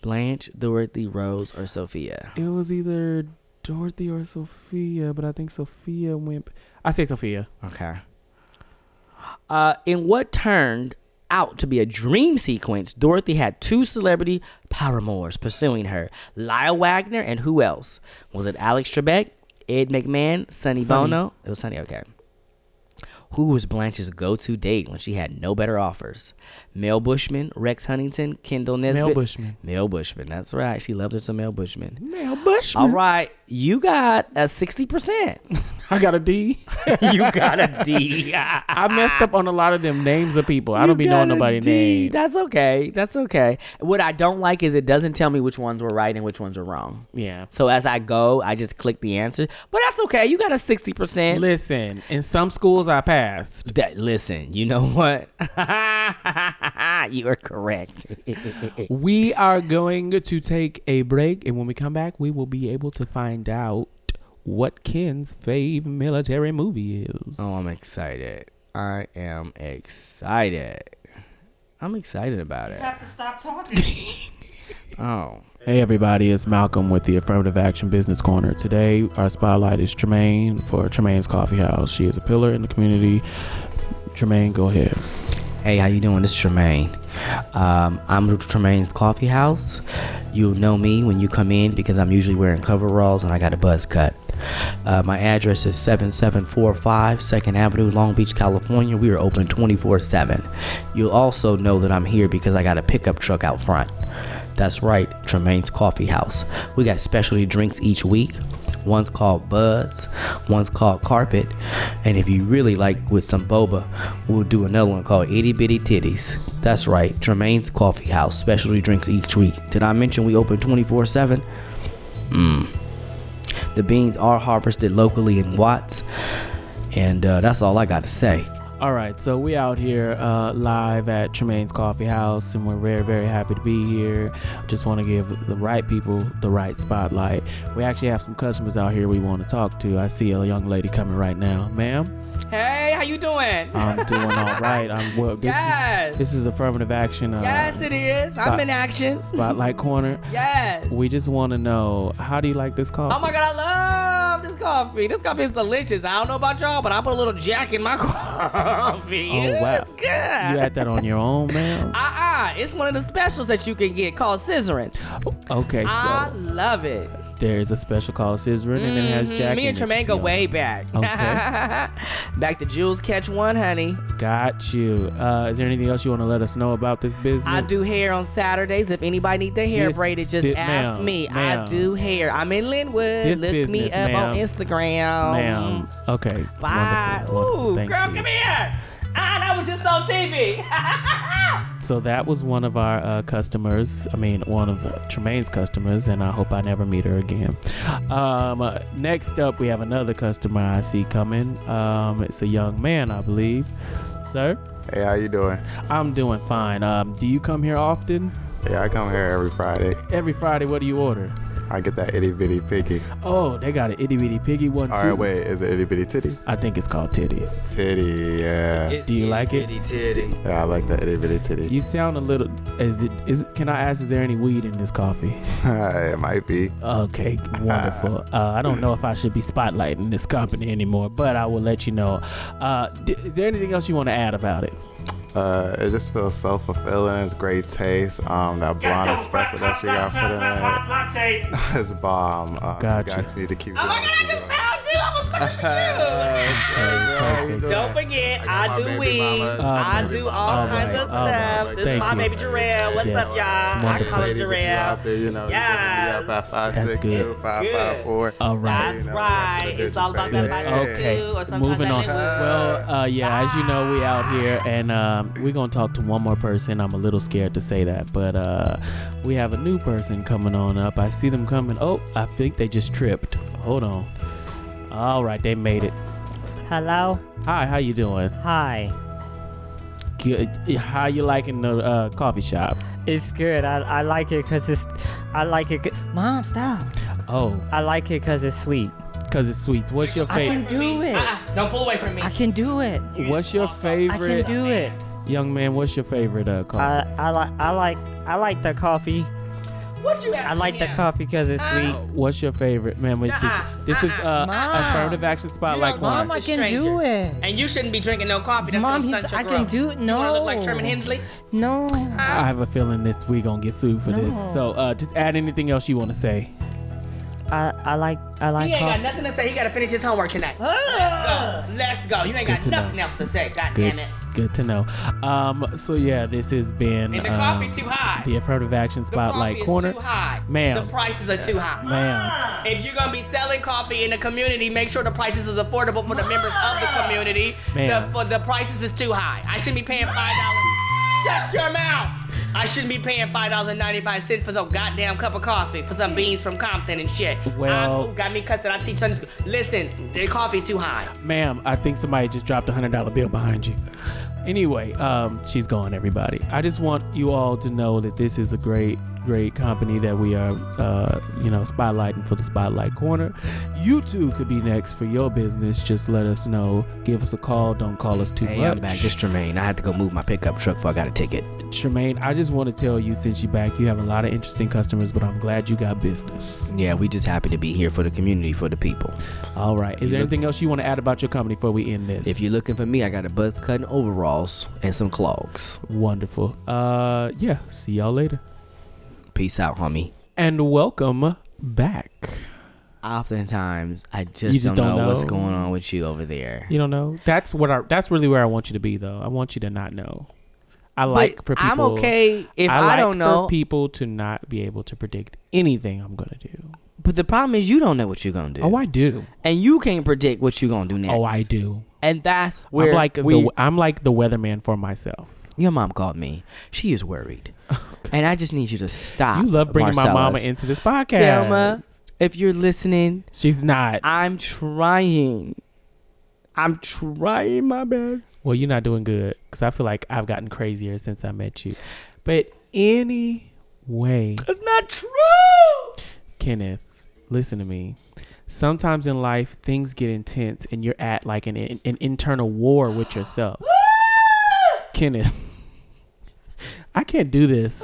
Speaker 2: Blanche, Dorothy, Rose, or Sophia?
Speaker 1: It was either Dorothy or Sophia, but I think Sophia went. I say Sophia.
Speaker 2: Okay. Uh, in what turned out to be a dream sequence, Dorothy had two celebrity paramours pursuing her Lyle Wagner and who else? Was it Alex Trebek, Ed McMahon, Sonny
Speaker 1: Sonny.
Speaker 2: Bono? It was Sonny, okay. Who was Blanche's go to date when she had no better offers? Mel Bushman, Rex Huntington, Kendall Nesbitt?
Speaker 1: Mel Bushman.
Speaker 2: Mel Bushman, that's right. She loved her some Mel Bushman.
Speaker 1: Mel Bushman.
Speaker 2: All right, you got a 60%.
Speaker 1: I got a D.
Speaker 2: you got a D.
Speaker 1: I messed up on a lot of them names of people. I don't be knowing nobody's name.
Speaker 2: That's okay. That's okay. What I don't like is it doesn't tell me which ones were right and which ones are wrong.
Speaker 1: Yeah.
Speaker 2: So as I go, I just click the answer. But that's okay. You got a sixty percent.
Speaker 1: Listen, in some schools I passed.
Speaker 2: That listen, you know what? you are correct.
Speaker 1: We are going to take a break, and when we come back, we will be able to find out what Ken's fave military movie is.
Speaker 2: Oh, I'm excited. I am excited. I'm excited about
Speaker 3: You
Speaker 2: it.
Speaker 3: have to stop talking.
Speaker 2: Oh.
Speaker 1: Hey everybody, it's Malcolm with the Affirmative Action Business Corner. Today, our spotlight is Tremaine for Tremaine's Coffee House. She is a pillar in the community. Tremaine, go ahead.
Speaker 2: Hey, how you doing? This is Tremaine. Um, I'm with Tremaine's Coffee House. You'll know me when you come in because I'm usually wearing coveralls and I got a buzz cut. Uh, my address is 7745 2nd Avenue, Long Beach, California. We are open 24 7. You'll also know that I'm here because I got a pickup truck out front. That's right, Tremaine's Coffee House. We got specialty drinks each week. One's called Buzz, one's called Carpet, and if you really like with some boba, we'll do another one called Itty Bitty Titties. That's right, Tremaine's Coffee House, specialty drinks each week. Did I mention we open 24 7? Mmm. The beans are harvested locally in Watts, and uh, that's all I gotta say.
Speaker 1: All right, so we out here uh, live at Tremaine's Coffee House, and we're very, very happy to be here. Just want to give the right people the right spotlight. We actually have some customers out here we want to talk to. I see a young lady coming right now, ma'am.
Speaker 5: Hey, how you doing?
Speaker 2: Uh,
Speaker 1: I'm doing all right. I'm well. This
Speaker 5: Yes.
Speaker 1: is this is affirmative action. Uh,
Speaker 5: yes, it is.
Speaker 1: Stop.
Speaker 5: I'm
Speaker 2: uh,
Speaker 5: in action.
Speaker 1: Spotlight corner.
Speaker 5: Yes.
Speaker 1: We just want to know how do you like this coffee?
Speaker 5: oh my god, I love this coffee. This coffee is delicious. I don't know about y'all, but I put a little jack in my coffee.
Speaker 1: Oh, wow.
Speaker 5: It's good.
Speaker 1: You had that on your own, ma'am.
Speaker 5: Uh-uh. It's one of the specials that you can get called scissoring.
Speaker 1: Okay,
Speaker 5: I
Speaker 1: so
Speaker 5: love it.
Speaker 1: there's a special called Scissorin, uh, and it has
Speaker 5: Mhm.
Speaker 1: Jack.
Speaker 5: Me
Speaker 1: in
Speaker 5: and
Speaker 1: it,
Speaker 5: Tremaine
Speaker 1: just
Speaker 5: go
Speaker 1: know.
Speaker 5: way back.
Speaker 1: Okay.
Speaker 5: back to Jules Catch One, honey.
Speaker 1: Got you. Uh, is there anything else you want to let us know about this business?
Speaker 5: I do hair on Saturdays. If anybody need their hair
Speaker 1: This
Speaker 5: braided, just
Speaker 1: di-
Speaker 5: ask
Speaker 1: ma'am,
Speaker 5: me.
Speaker 1: ma'am.
Speaker 5: I do hair. I'm in Linwood.
Speaker 1: This
Speaker 5: Look me
Speaker 1: business,
Speaker 5: up on
Speaker 1: ma'am.
Speaker 5: Instagram.
Speaker 1: Ma'am. Okay.
Speaker 5: Bye.
Speaker 1: Wonderful. wonderful.
Speaker 5: Ooh,
Speaker 1: Thank
Speaker 5: girl,
Speaker 1: you.
Speaker 5: come here. Ah, that was just on TV.
Speaker 1: So that was one of our uh, customers. I mean, one of Tremaine's customers, and I hope I never meet her again. Um, uh, next up, we have another customer I see coming. Um, it's a young man, I believe. Sir,
Speaker 4: Hey, how you doing?
Speaker 1: I'm doing fine. Um, do you come here often?
Speaker 4: Yeah, I come here every Friday.
Speaker 1: Every Friday, what do you order?
Speaker 4: I get that itty bitty piggy.
Speaker 1: Oh, they got an itty bitty piggy one
Speaker 4: All
Speaker 1: too.
Speaker 4: right, wait, is it itty bitty titty?
Speaker 1: I think it's called titty.
Speaker 4: Titty, yeah.
Speaker 1: Do you like it?
Speaker 4: Yeah, I like that itty bitty titty.
Speaker 1: You sound a little. Is it? Is can I ask? Is there any weed in this coffee?
Speaker 4: it might be.
Speaker 1: Okay, wonderful. uh, I don't know if I should be spotlighting this company anymore, but I will let you know. Uh, d- is there anything else you want to add about it?
Speaker 4: Uh, it just feels so fulfilling. It's great taste. Um, that blonde espresso that she got put in it is bomb. Uh,
Speaker 1: Gotcha.
Speaker 4: You guys need to keep.
Speaker 5: oh my
Speaker 4: doing what you're
Speaker 5: god, I just
Speaker 4: doing.
Speaker 5: found you. I was looking for you.
Speaker 4: Hey, girl, how you
Speaker 1: Perfect.
Speaker 5: Don't
Speaker 4: doing?
Speaker 5: forget,
Speaker 4: got
Speaker 5: I,
Speaker 4: my
Speaker 5: do
Speaker 4: baby
Speaker 5: weeds.
Speaker 4: mama.
Speaker 1: Oh,
Speaker 5: I do all
Speaker 1: all
Speaker 5: kinds
Speaker 1: right,
Speaker 5: of
Speaker 1: all right.
Speaker 5: stuff. This
Speaker 1: Thank
Speaker 5: is my
Speaker 1: you.
Speaker 5: baby Jarrell. What's
Speaker 1: Yeah.
Speaker 5: up, y'all? I
Speaker 1: Wonderful.
Speaker 5: call him
Speaker 4: Ladies, if you out
Speaker 5: Jarrell.
Speaker 4: there, you know, you hit
Speaker 5: Yes.
Speaker 4: me up at five
Speaker 1: That's
Speaker 4: six
Speaker 1: good.
Speaker 4: two five
Speaker 5: Good.
Speaker 4: five four.
Speaker 1: All right.
Speaker 5: That's
Speaker 4: You know,
Speaker 5: right.
Speaker 4: that's the
Speaker 5: It's all about
Speaker 4: business,
Speaker 5: that
Speaker 4: baby.
Speaker 5: vitamin
Speaker 1: Okay.
Speaker 5: two or sometimes
Speaker 1: Moving
Speaker 5: that
Speaker 1: on. Well,
Speaker 5: liquid.
Speaker 1: uh, yeah, as you know, we out here, and um, we're gonna talk to one more person. I'm a little scared to say that, but uh, we have a new person coming on up. I see them coming. Oh, I think they just tripped. Hold on. All right, they made it.
Speaker 6: Hello.
Speaker 1: Hi, how you doing?
Speaker 6: Hi.
Speaker 1: Good. How you liking the uh, coffee shop?
Speaker 6: It's good. I, I like it because it's. I like it. 'cause- Mom, stop.
Speaker 1: Oh,
Speaker 6: I like it because it's sweet.
Speaker 1: cause it's sweets. What's your
Speaker 6: I
Speaker 1: favorite?
Speaker 6: can do it.
Speaker 5: Uh-uh. Don't pull away from me.
Speaker 6: I can do it.
Speaker 1: What's your
Speaker 6: I can
Speaker 1: favorite?
Speaker 6: do it.
Speaker 1: Young man, what's your favorite uh, coffee?
Speaker 6: I, I like I like I like the coffee.
Speaker 5: What you
Speaker 6: I
Speaker 5: asking
Speaker 6: like the
Speaker 5: him?
Speaker 6: coffee because
Speaker 5: Uh,
Speaker 6: it's sweet.
Speaker 1: what's your favorite, man? This is
Speaker 5: Nuh-uh.
Speaker 1: this is uh,
Speaker 6: Mom.
Speaker 1: affirmative action spotlight
Speaker 5: Uh-uh. You don't
Speaker 1: corner.
Speaker 5: know
Speaker 6: Mom, I
Speaker 5: the
Speaker 6: can do
Speaker 5: stranger.
Speaker 6: it.
Speaker 5: And you shouldn't be drinking no coffee. That's
Speaker 6: Mom,
Speaker 5: gonna
Speaker 6: he's-
Speaker 5: stunt your
Speaker 6: I
Speaker 5: growth.
Speaker 6: can do it.
Speaker 5: You wanna look like
Speaker 6: No.
Speaker 5: Sherman Hensley?
Speaker 6: No.
Speaker 1: I have a feeling this we gonna get sued for this.
Speaker 6: No.
Speaker 1: So uh, just add anything else you want to say.
Speaker 6: I I like I like
Speaker 5: He ain't got
Speaker 6: coffee.
Speaker 5: nothing to say. He gotta finish his homework tonight. Let's go. Let's go. You ain't
Speaker 1: Good
Speaker 5: got
Speaker 1: to know.
Speaker 5: nothing else to say. God
Speaker 1: Good,
Speaker 5: damn it.
Speaker 1: good to know. Um, so yeah, this has been
Speaker 5: And the
Speaker 1: um,
Speaker 5: coffee too high.
Speaker 1: the affirmative action
Speaker 5: the coffee
Speaker 1: spotlight
Speaker 5: is
Speaker 1: corner,
Speaker 5: too high.
Speaker 1: Ma'am.
Speaker 5: The prices are too high.
Speaker 1: ma'am.
Speaker 5: If you're gonna be selling coffee in the community, make sure the prices is affordable for the members of the community.
Speaker 1: Ma'am.
Speaker 5: The, for the prices is too high. I shouldn't be paying five dollars. Shut your mouth. I shouldn't be paying five dollars and ninety-five cents for some goddamn cup of coffee for some beans from Compton and shit.
Speaker 1: Well-
Speaker 5: I'm, ooh, got me cussing. I teach Sunday school. Listen, the coffee too high.
Speaker 1: Ma'am, I think somebody just dropped a hundred dollar bill behind you. Anyway, um, she's gone, everybody. I just want you all to know that this is a great great company that we are, uh, you know, spotlighting for the Spotlight Corner. You too could be next for your business. Just let us know. Give us a call. Don't call us too
Speaker 2: Hey,
Speaker 1: much.
Speaker 2: I'm back. This Tremaine. I had to go move my pickup truck before I got a ticket.
Speaker 1: Tremaine, I just want to tell you since you're back, you have a lot of interesting customers, but I'm glad you got business.
Speaker 2: Yeah, we just happy to be here for the community, for the people.
Speaker 1: All right. Is
Speaker 2: You
Speaker 1: there
Speaker 2: look-
Speaker 1: anything else you want to add about your company before we end this?
Speaker 2: If you're looking for me, I got a buzz cutting overalls and some clogs.
Speaker 1: Wonderful. Uh, yeah. See y'all later.
Speaker 2: Peace out, homie.
Speaker 1: And welcome back.
Speaker 2: Oftentimes, I just,
Speaker 1: You just
Speaker 2: don't,
Speaker 1: don't
Speaker 2: know, what's
Speaker 1: know.
Speaker 2: going on with you over there.
Speaker 1: You don't know. That's what I. That's really where I want you to be, though. I want you to not know. I like
Speaker 2: But
Speaker 1: for people.
Speaker 2: I'm okay if I,
Speaker 1: like
Speaker 2: don't know.
Speaker 1: For people to not be able to predict anything I'm gonna do.
Speaker 2: but the problem is you don't know what you're gonna do.
Speaker 1: Oh, I do.
Speaker 2: and you can't predict what you're gonna do next.
Speaker 1: Oh, I do.
Speaker 2: And that's where
Speaker 1: I'm like
Speaker 2: we,
Speaker 1: the. I'm like the weatherman for myself.
Speaker 2: your mom called me. She is worried, and I just need you to stop.
Speaker 1: You love bringing my mama
Speaker 2: Ah, Marcellus.
Speaker 1: into this podcast.
Speaker 2: Thelma, if you're listening,
Speaker 1: She's not.
Speaker 2: I'm trying. I'm trying my best.
Speaker 1: Well, you're not doing good because I feel like I've gotten crazier since I met you. But anyway,
Speaker 2: That's not true.
Speaker 1: Kenneth, listen to me. Sometimes in life, things get intense and you're at like an, an, internal war with yourself. Kenneth, I can't do this.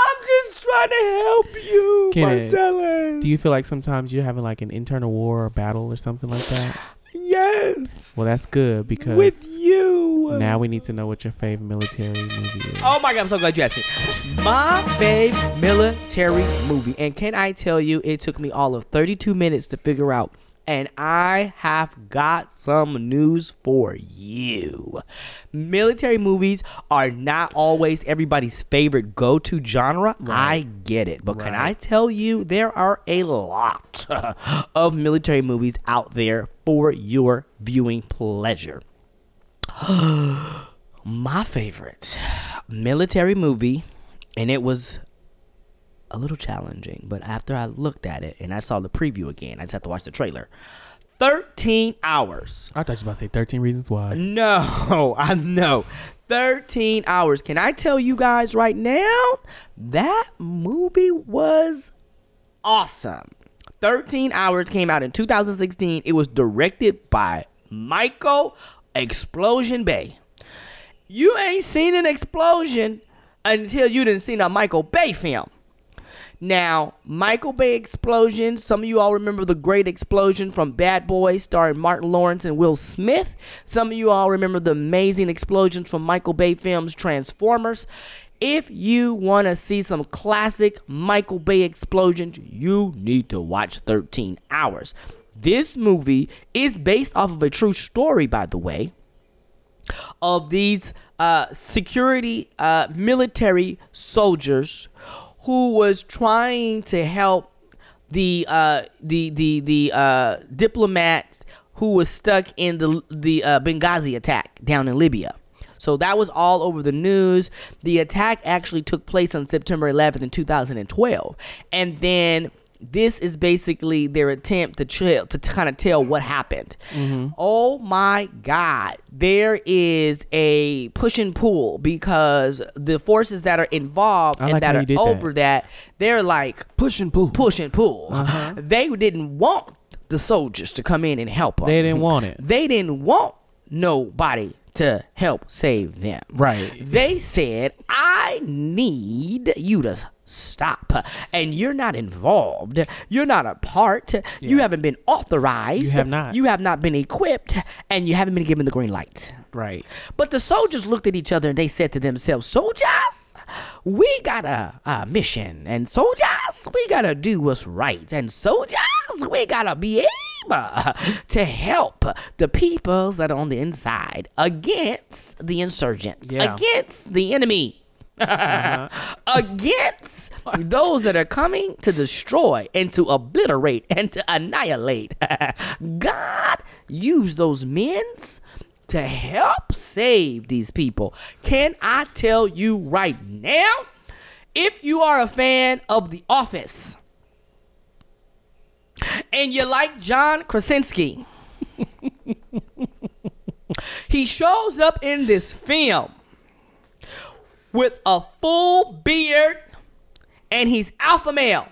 Speaker 2: I'm just trying to help you,
Speaker 1: Kenneth,
Speaker 2: Marcellus.
Speaker 1: Do you feel like sometimes you're having like an internal war or battle or something like that?
Speaker 2: yes,
Speaker 1: Well, that's good because
Speaker 2: with you.
Speaker 1: now we need to know what your favorite military movie is.
Speaker 2: Oh my god, I'm so glad you asked me. My fave military movie. And can I tell you, it took me all of 32 minutes to figure out. And I have got some news for you. Military movies are not always everybody's favorite go to genre. I get it. But can I tell you, there are a lot of military movies out there for your viewing pleasure my favorite military movie, and it was a little challenging. But after I looked at it and I saw the preview again, I just had to watch the trailer. 13 hours.
Speaker 1: I thought you was about to say 13 Reasons Why.
Speaker 2: No, I know. 13 hours. Can I tell you guys right now? That movie was awesome. 13 Hours came out in 2016. It was directed by Michael Explosion Bay. You ain't seen an explosion until you didn't seen a Michael Bay film. Now, Michael Bay Explosion, some of you all remember the great explosion from Bad Boys starring Martin Lawrence and Will Smith. Some of you all remember the amazing explosions from Michael Bay films Transformers. If you want to see some classic Michael Bay explosions, you need to watch 13 Hours. This movie is based off of a true story, by the way of these uh, security uh, military soldiers who was trying to help the uh, the the the uh, diplomat who was stuck in the the uh, Benghazi attack down in Libya. So that was all over the news. The attack actually took place on September 11th in 2012, and then this is basically their attempt to chill, to kind of tell what happened.
Speaker 1: Mm-hmm.
Speaker 2: Oh my God. There is a push and pull because the forces that are involved
Speaker 1: I
Speaker 2: and
Speaker 1: like
Speaker 2: that
Speaker 1: how you did
Speaker 2: are
Speaker 1: that.
Speaker 2: over that. they're like
Speaker 1: Push and pull. Uh-huh.
Speaker 2: push and pull. They didn't want the soldiers to come in and help them.
Speaker 1: They didn't want it.
Speaker 2: They didn't want nobody to help save them.
Speaker 1: Right.
Speaker 2: They said, I need you to s- stop. And you're not involved. You're not a part. You haven't been authorized.
Speaker 1: You have not.
Speaker 2: You have not been equipped. And you haven't been given the green light.
Speaker 1: Right.
Speaker 2: But the soldiers looked at each other and they said to themselves, Soldiers, we got a, a mission. And soldiers, we got to do what's right. And soldiers, we got to be able to help the peoples that are on the inside against the insurgents,
Speaker 1: Yeah.
Speaker 2: against the enemy. against those that are coming to destroy and to obliterate and to annihilate. God used those men's to help save these people. Can I tell you right now? If you are a fan of The Office and you like John Krasinski,
Speaker 5: He shows up in this film with a full beard and he's alpha male.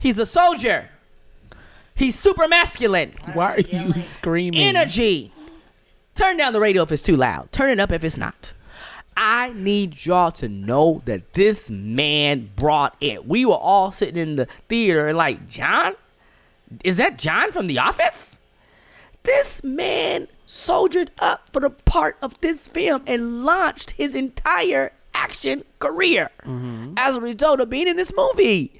Speaker 5: He's a soldier. He's super masculine.
Speaker 1: Why are you screaming?
Speaker 5: Energy. Turn down the radio if it's too loud. Turn it up if it's not. I need y'all to know that this man brought it. We were all sitting in the theater like, John? Is that John from The Office? This man soldiered up for the part of this film and launched his entire action career as a result of being in this movie.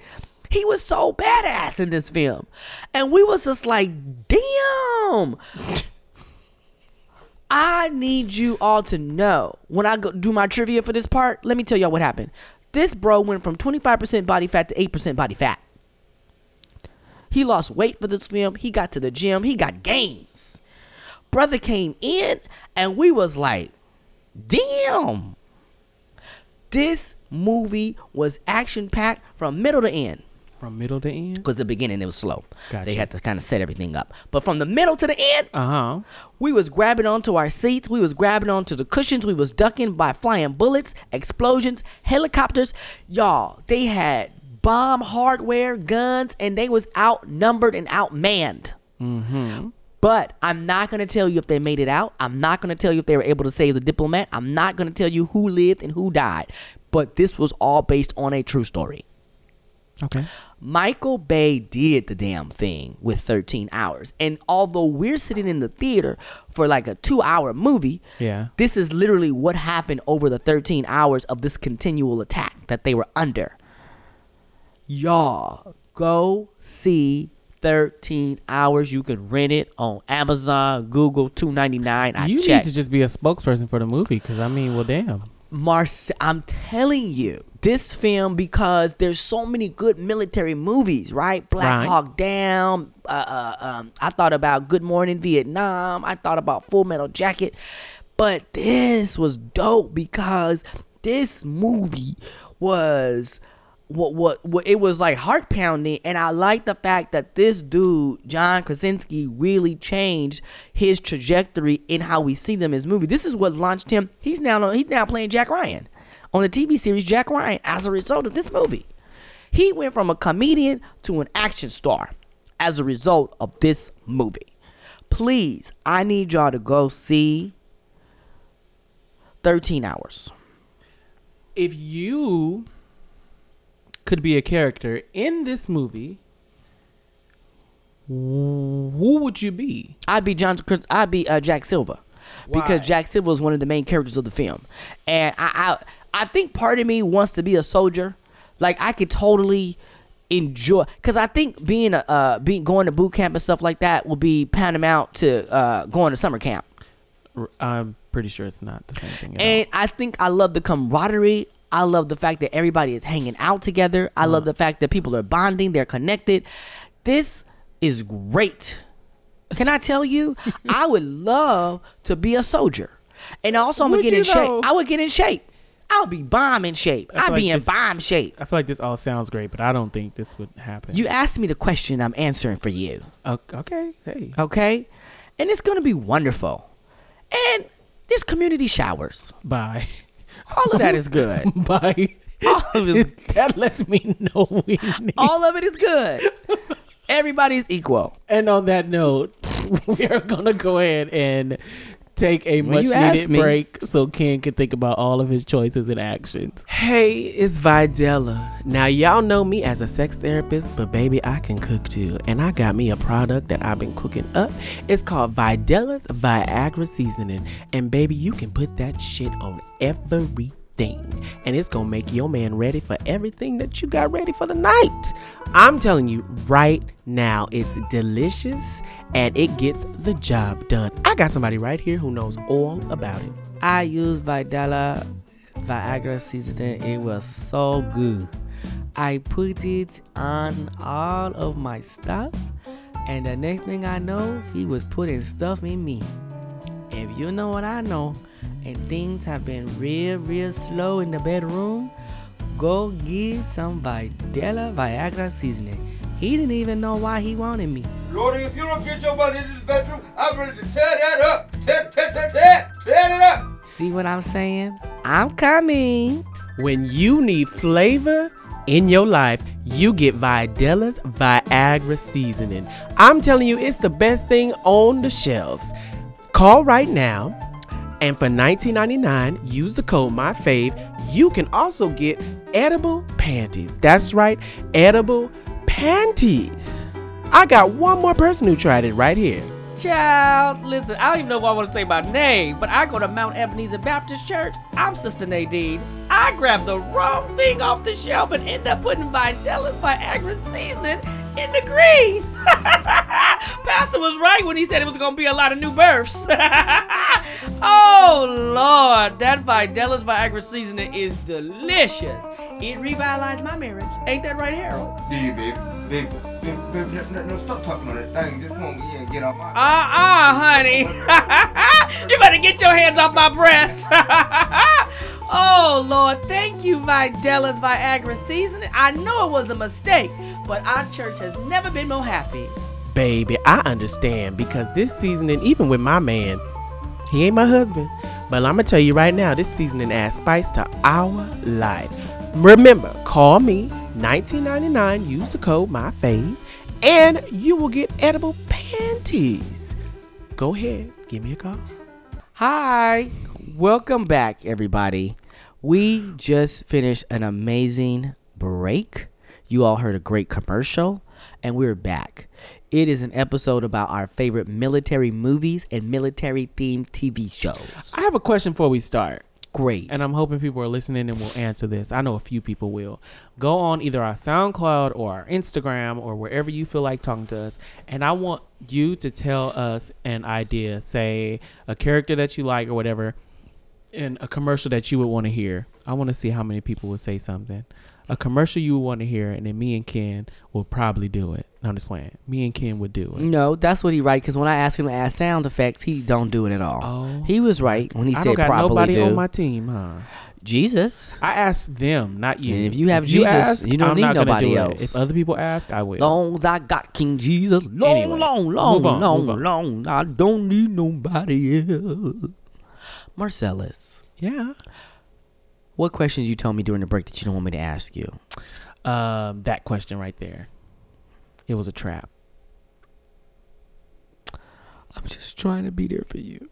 Speaker 5: He was so badass in this film. And we was just like, damn. I need you all to know when I go do my trivia for this part. Let me tell y'all what happened. This bro went from 25% body fat to 8% body fat. He lost weight for this film. He got to the gym. He got gains. Brother came in and we was like, damn. This movie was action packed from middle to end.
Speaker 1: From middle to end?
Speaker 5: Cause the beginning it was slow.
Speaker 1: Gotcha.
Speaker 5: They had to kind of set everything up. But from the middle to the end,
Speaker 1: Uh huh.
Speaker 5: we was grabbing onto our seats. We was grabbing onto the cushions. We was ducking by flying bullets, explosions, helicopters. Y'all, they had bomb hardware, guns, and they was outnumbered and outmanned. But I'm not gonna tell you if they made it out. I'm not gonna tell you if they were able to save the diplomat. I'm not gonna tell you who lived and who died. But this was all based on a true story.
Speaker 1: Okay.
Speaker 5: Michael Bay did the damn thing with 13 hours. And although we're sitting in the theater for like a two hour movie,
Speaker 1: Yeah.
Speaker 5: this is literally what happened over the 13 hours of this continual attack that they were under. Y'all, go see 13 hours. You can rent it on Amazon, Google, 2.99. I
Speaker 1: you
Speaker 5: checked.
Speaker 1: need to just be a spokesperson for the movie, because I mean, well, damn.
Speaker 5: Marce- I'm telling you, this film because there's so many good military movies, right? Black
Speaker 1: Right.
Speaker 5: Hawk Down. Uh, uh, um, I thought about Good Morning Vietnam. I thought about Full Metal Jacket, but this was dope because this movie was what what what it was like heart pounding and i like the fact that this dude john krasinski really changed his trajectory in how we see them as movie this is what launched him he's now he's now playing jack ryan on the tv series jack ryan as a result of this movie he went from a comedian to an action star as a result of this movie please i need y'all to go see 13 hours
Speaker 1: If you could be a character in this movie, who would you be?
Speaker 5: I'd be John. Chris- I'd be uh, Jack Silva, because Jack Silva is one of the main characters of the film, and I, I I think part of me wants to be a soldier, like I could totally enjoy, because I think being a uh, being going to boot camp and stuff like that will be paramount to uh, going to summer camp.
Speaker 1: R- I'm pretty sure it's not the same thing. at all.
Speaker 5: And I think I love the camaraderie. I love the fact that everybody is hanging out together. I love the fact that people are bonding, they're connected. This is great. Can I tell you? I would love to be a soldier. And also I'm gonna
Speaker 1: Would
Speaker 5: get in
Speaker 1: you
Speaker 5: shape.
Speaker 1: though?
Speaker 5: I would get in shape. I'll be bomb in shape.
Speaker 1: feel
Speaker 5: I'll be
Speaker 1: like
Speaker 5: in
Speaker 1: this-
Speaker 5: bomb shape.
Speaker 1: I feel like this all sounds great, but I don't think this would happen.
Speaker 5: You asked me the question, I'm answering for you.
Speaker 1: O- okay? Hey,
Speaker 5: Okay? And it's gonna be wonderful. And there's community showers.
Speaker 1: bye,
Speaker 5: All of that is good.
Speaker 1: bye.
Speaker 5: All of it Oh. is
Speaker 1: that lets me know we need.
Speaker 5: All of it is good. Everybody's equal.
Speaker 1: and on that note, we are gonna go ahead and take a
Speaker 5: Well,
Speaker 1: much
Speaker 5: you
Speaker 1: needed
Speaker 5: asked me.
Speaker 1: break so Ken can think about all of his choices and actions.
Speaker 7: Hey, it's Vidella. Now, y'all know me as a sex therapist, but baby, I can cook too. And I got me a product that I've been cooking up. It's called Vidella's Viagra Seasoning. And baby, you can put that shit on everything. And it's gonna make your man ready for everything that you got ready for the night. I'm telling you right now, it's delicious and it gets the job done. I got somebody right here who knows all about it.
Speaker 2: I used Vidala Viagra seasoning. It was so good. I put it on all of my stuff, and the next thing I know, he was putting stuff in me. If you know what I know, and things have been real, real slow in the bedroom, go get some Vidala Viagra seasoning. He didn't even know why he wanted me.
Speaker 8: Lordy, if you don't get your butt in this bedroom, I'm ready to tear that up. Tear, tear, tear, tear, tear it up.
Speaker 2: See what I'm saying? I'm coming.
Speaker 7: When you need flavor in your life, you get Vidella's Viagra seasoning. I'm telling you, it's the best thing on the shelves. Call right now, and for $19.99, use the code MyFave. You can also get edible panties. That's right, edible panties. I got one more person who tried it right here.
Speaker 2: Child, listen, I don't even know if I want to say my name, but I go to Mount Ebenezer Baptist Church. I'm Sister Nadine. I grab the wrong thing off the shelf and end up putting Vidella's Viagra seasoning in the grease. Pastor was right when he said it was going to be a lot of new births. oh, Lord, that Vidella's Viagra seasoning is delicious. It revitalized my marriage. Ain't that right, Harold?
Speaker 8: Dee, babe, babe, babe, babe, no, no, no, stop talking on that thing. Just come over here and get off my.
Speaker 2: Uh-uh, honey. you better get your hands off my breasts. oh, Lord. Thank you, Vidella's Viagra seasoning. I know it was a mistake, but our church has never been more happy.
Speaker 7: Baby, I understand because this seasoning, even with my man, he ain't my husband. But I'm gonna tell you right now, this seasoning adds spice to our life. Remember, call me 1999, use the code MyFave, and you will get edible panties. Go ahead, give me a call.
Speaker 2: Hi. Welcome back, everybody. We just finished an amazing break. You all heard a great commercial, and we're back. It is an episode about our favorite military movies and military themed TV shows.
Speaker 1: I have a question before we start.
Speaker 2: Great.
Speaker 1: and I'm hoping people are listening and will answer this. I know a few people will. Go on either our SoundCloud or our Instagram or wherever you feel like talking to us. And I want you to tell us an idea, say a character that you like or whatever, and a commercial that you would want to hear. I want to see how many people would say something. A commercial you would want to hear, and then me and Ken will probably do it. No, I'm just playing. Me and Ken would do it.
Speaker 2: no, that's what he right. Because when I asked him to add sound effects, he don't do it at all.
Speaker 1: Oh.
Speaker 2: he was right when he
Speaker 1: I
Speaker 2: said
Speaker 1: don't got
Speaker 2: probably
Speaker 1: nobody
Speaker 2: do.
Speaker 1: on my team, huh?
Speaker 2: Jesus,
Speaker 1: I asked them, not you.
Speaker 2: And if you have Jesus, you don't need
Speaker 1: gonna
Speaker 2: nobody
Speaker 1: do it.
Speaker 2: else.
Speaker 1: If other people ask, I will.
Speaker 2: long as I got King Jesus, long,
Speaker 1: Anyway,
Speaker 2: long, long,
Speaker 1: move on,
Speaker 2: long,
Speaker 1: move
Speaker 2: long, I don't need nobody else. Marcellus,
Speaker 1: Yeah.
Speaker 2: what questions you told me during the break that you don't want me to ask you?
Speaker 1: Um, that question right there. It was a trap.
Speaker 2: I'm just trying to be there for you.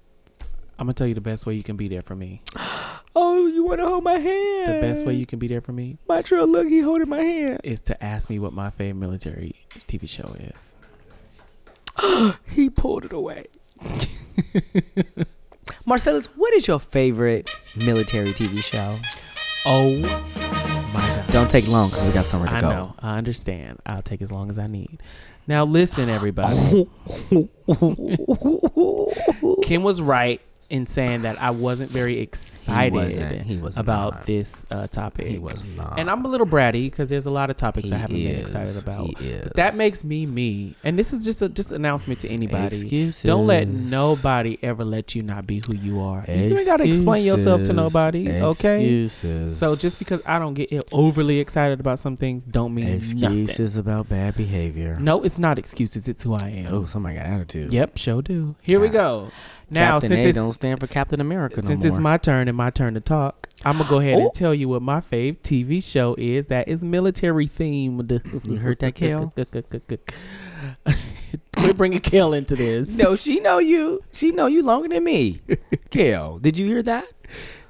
Speaker 1: I'm gonna tell you the best way you can be there for me.
Speaker 2: Oh, you want to hold my hand?
Speaker 1: The best way you can be there for me
Speaker 2: My trail, look, he holding my hand.
Speaker 1: is to ask me what my favorite military TV show is.
Speaker 2: He pulled it away. Marcellus, what is your favorite military TV show?
Speaker 1: Oh my god!
Speaker 2: Don't take long because we got somewhere to
Speaker 1: I
Speaker 2: go.
Speaker 1: know. I understand. I'll take as long as I need. Now listen, everybody. Kim was right in saying that I wasn't very excited
Speaker 2: wasn't. He was
Speaker 1: about
Speaker 2: not.
Speaker 1: this uh, topic.
Speaker 2: He was not.
Speaker 1: And I'm a little bratty because there's a lot of topics I
Speaker 2: He
Speaker 1: haven't been
Speaker 2: is.
Speaker 1: excited about.
Speaker 2: He is.
Speaker 1: But that makes me me. And this is just a just announcement to anybody.
Speaker 2: Excuses.
Speaker 1: Don't let nobody ever let you not be who you are. You ain't gotta explain yourself to nobody. Okay.
Speaker 2: Excuses.
Speaker 1: So just because I don't get overly excited about some things, don't mean nothing.
Speaker 2: excuses about bad behavior.
Speaker 1: No, it's not excuses. It's who I am.
Speaker 2: Oh, somebody got attitude.
Speaker 1: Yep, sure do. Here we
Speaker 2: Yeah.
Speaker 1: go. Now,
Speaker 2: Captain
Speaker 1: since
Speaker 2: A
Speaker 1: it's
Speaker 2: don't stand for Captain America no
Speaker 1: since
Speaker 2: more.
Speaker 1: it's my turn and my turn to talk, I'm gonna go ahead
Speaker 2: Oh.
Speaker 1: and tell you what my fave TV show is. That is military themed.
Speaker 2: You heard that, Kel?
Speaker 1: Quit bringing Kale into this.
Speaker 2: no, she know you. She know you longer than me. Kel, did you hear that?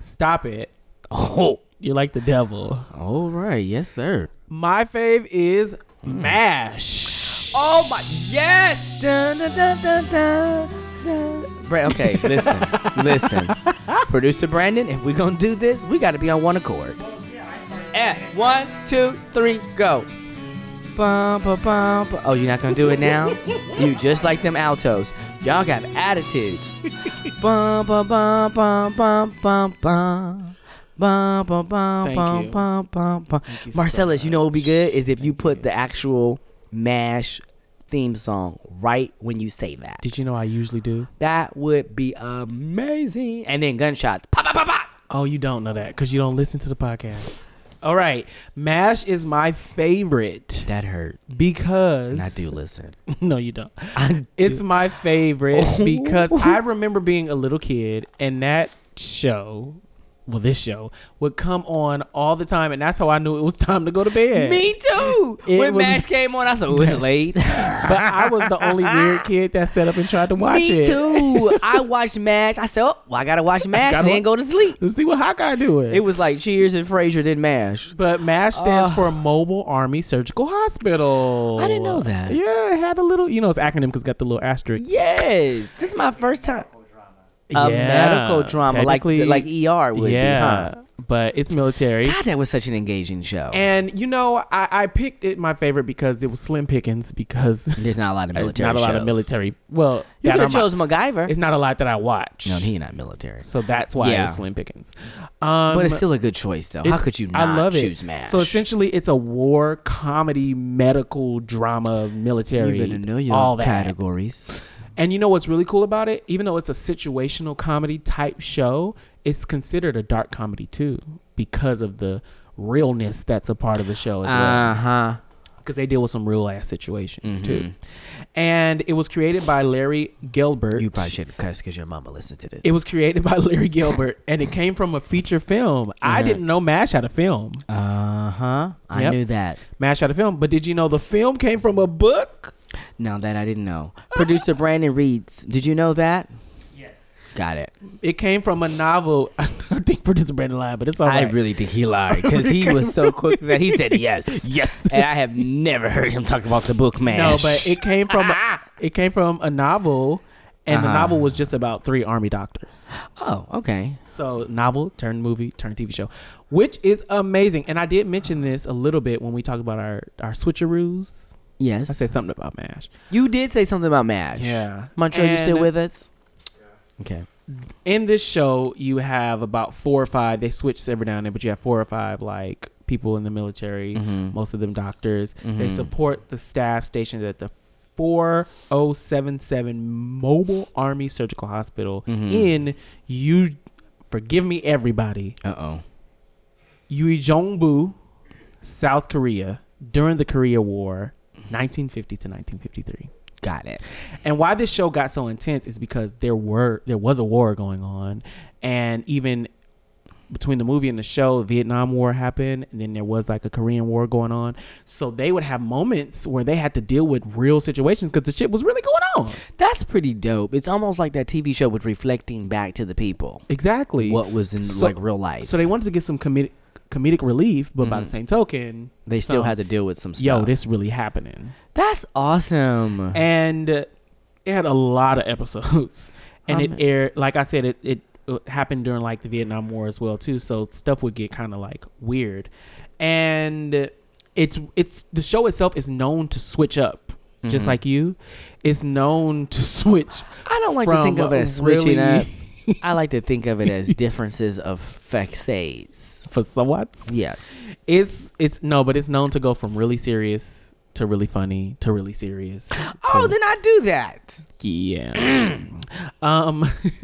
Speaker 1: Stop it. Oh, you're like the devil.
Speaker 2: All right, yes, sir.
Speaker 1: My fave is
Speaker 2: Mm.
Speaker 1: Mash.
Speaker 2: Oh my yes! Dun, dun, dun, dun, dun, dun. Bra- okay, listen, listen. Producer Brandon, if we're gonna do this, we gotta be on one accord. Eh, one, two, three, go. Bum, bum, bum, bum. Oh, you're not gonna do it now? you just like them altos. Y'all got attitudes. bum, bum, bum, bum, bum, bum, bum. Bum, bum, bum,
Speaker 1: Thank
Speaker 2: bum,
Speaker 1: you.
Speaker 2: bum, bum, bum.
Speaker 1: Thank you so
Speaker 2: Marcellus, you know what would be good is if you
Speaker 1: Thank
Speaker 2: put
Speaker 1: you.
Speaker 2: the actual MASH theme song right when you say that.
Speaker 1: Did you know I usually do?
Speaker 2: That would be amazing. And then gunshots. Pop, pop, pop, pop.
Speaker 1: Oh, you don't know that because you don't listen to the podcast. All right, Mash is my favorite
Speaker 2: That hurt.
Speaker 1: because
Speaker 2: I do listen.
Speaker 1: No, you don't.
Speaker 2: I
Speaker 1: It's
Speaker 2: do.
Speaker 1: my favorite because I remember being a little kid and that show, well, this show would come on all the time, and that's how I knew it was time to go to bed.
Speaker 2: Me too.
Speaker 1: It
Speaker 2: when
Speaker 1: was-
Speaker 2: Mash came on, I said, "Oh, it's late."
Speaker 1: but I was the only weird kid that sat up and tried to watch
Speaker 2: Me
Speaker 1: it.
Speaker 2: too. I watched Mash. I said, "Oh, well, I gotta watch Mash
Speaker 1: gotta
Speaker 2: and then
Speaker 1: wa-
Speaker 2: go to sleep."
Speaker 1: To see what Hawkeye doing.
Speaker 2: It was like Cheers and Frasier did Mash.
Speaker 1: but MASH stands
Speaker 2: Ah.
Speaker 1: for Mobile Army Surgical Hospital.
Speaker 2: I didn't know that.
Speaker 1: Yeah, it had a little, you know, it's acronym because got the little asterisk.
Speaker 2: Yes, this is my first time. A
Speaker 1: Yeah,
Speaker 2: medical drama, like
Speaker 1: technically,
Speaker 2: like ER would
Speaker 1: yeah,
Speaker 2: be.
Speaker 1: but it's military.
Speaker 2: Huh? God, that was such an engaging show.
Speaker 1: And you know, I, I picked it my favorite because it was Slim Pickens because
Speaker 2: There's not a lot of
Speaker 1: it's
Speaker 2: military.
Speaker 1: not a lot
Speaker 2: shows.
Speaker 1: of military. Well,
Speaker 2: You
Speaker 1: that
Speaker 2: could have
Speaker 1: I'm-
Speaker 2: chose MacGyver.
Speaker 1: It's not a lot that I watch.
Speaker 2: no, he not military.
Speaker 1: so that's why it
Speaker 2: Yeah.
Speaker 1: was Slim Pickens. Um,
Speaker 2: but it's still a good choice, though. How
Speaker 1: it's-
Speaker 2: could you not
Speaker 1: I love
Speaker 2: choose
Speaker 1: it.
Speaker 2: Mash?
Speaker 1: So essentially, it's a war comedy, medical drama, military,
Speaker 2: you better know your
Speaker 1: all that.
Speaker 2: categories.
Speaker 1: And you know what's really cool about it? Even though it's a situational comedy type show, it's considered a dark comedy too because of the realness that's a part of the show as well.
Speaker 2: huh.
Speaker 1: Because they deal with some real ass situations
Speaker 2: Mm-hmm.
Speaker 1: too. And it was created by Larry Gilbert.
Speaker 2: You probably should cuss because your mama listened to this.
Speaker 1: It was created by Larry Gilbert, and it came from a feature film.
Speaker 2: Uh-huh.
Speaker 1: I didn't know Mash had a film.
Speaker 2: Uh huh. I
Speaker 1: Yep.
Speaker 2: knew that.
Speaker 1: Mash had a film, but did you know the film came from a book?
Speaker 2: Now that I didn't know. Producer Brandon Reeds. Did you know that?
Speaker 3: Yes.
Speaker 2: Got it.
Speaker 1: It came from a novel. I think producer Brandon lied, but it's all
Speaker 2: I
Speaker 1: right.
Speaker 2: really think he lied because he was so quick that he said yes.
Speaker 1: yes.
Speaker 2: And I have never heard him talk about the book, man.
Speaker 1: No, but it came from it came from a novel, and the
Speaker 2: Uh-huh.
Speaker 1: novel was just about three army doctors.
Speaker 2: Oh, okay.
Speaker 1: So novel turned movie turned TV show, which is amazing. And I did mention this a little bit when we talked about our our switcheroos.
Speaker 2: Yes.
Speaker 1: I said something about Mash.
Speaker 2: you did say something about Mash. Montreal, you still
Speaker 1: And- uh,
Speaker 2: with us? Okay.
Speaker 1: in this show you have about four or five they switch every now and then but you have four or five like people in the military
Speaker 2: Mhm.
Speaker 1: most of them doctors they
Speaker 2: Mhm.
Speaker 1: support the staff stationed at the 4077 mobile army surgical hospital
Speaker 2: Mhm.
Speaker 1: in you forgive me everybody
Speaker 2: Uh oh.
Speaker 1: Uijeongbu, south korea during the korea war 1950 to 1953
Speaker 2: Got it.
Speaker 1: and why this show got so intense is because there were there was a war going on, and even between the movie and the show, the Vietnam War happened, and then there was like a Korean War going on. So they would have moments where they had to deal with real situations because the shit was really going on.
Speaker 2: That's pretty dope. It's almost like that TV show was reflecting back to the people
Speaker 1: Exactly.
Speaker 2: what was in
Speaker 1: So-
Speaker 2: like real life.
Speaker 1: So they wanted to get some comedic comedic relief, but by the
Speaker 2: Mhm.
Speaker 1: same token,
Speaker 2: they still
Speaker 1: some,
Speaker 2: had to deal with some stuff.
Speaker 1: yo, this really happening.
Speaker 2: That's awesome.
Speaker 1: and uh, it had a lot of episodes and
Speaker 2: Um,
Speaker 1: it aired like i said it, it uh, happened during like the vietnam war as well too so stuff would get kind of like weird and it's it's the show itself is known to switch up just
Speaker 5: Mm-hmm.
Speaker 2: Mhm.
Speaker 1: like you it's known to switch
Speaker 2: I don't like to
Speaker 1: from
Speaker 2: think of it as
Speaker 1: really-
Speaker 2: switching up. I like to think of it as differences of facades.
Speaker 1: for what
Speaker 2: Yes.
Speaker 1: it's it's no but it's known to go from really serious to really funny to really serious to-
Speaker 2: Oh, then I do that.
Speaker 1: Yeah. um,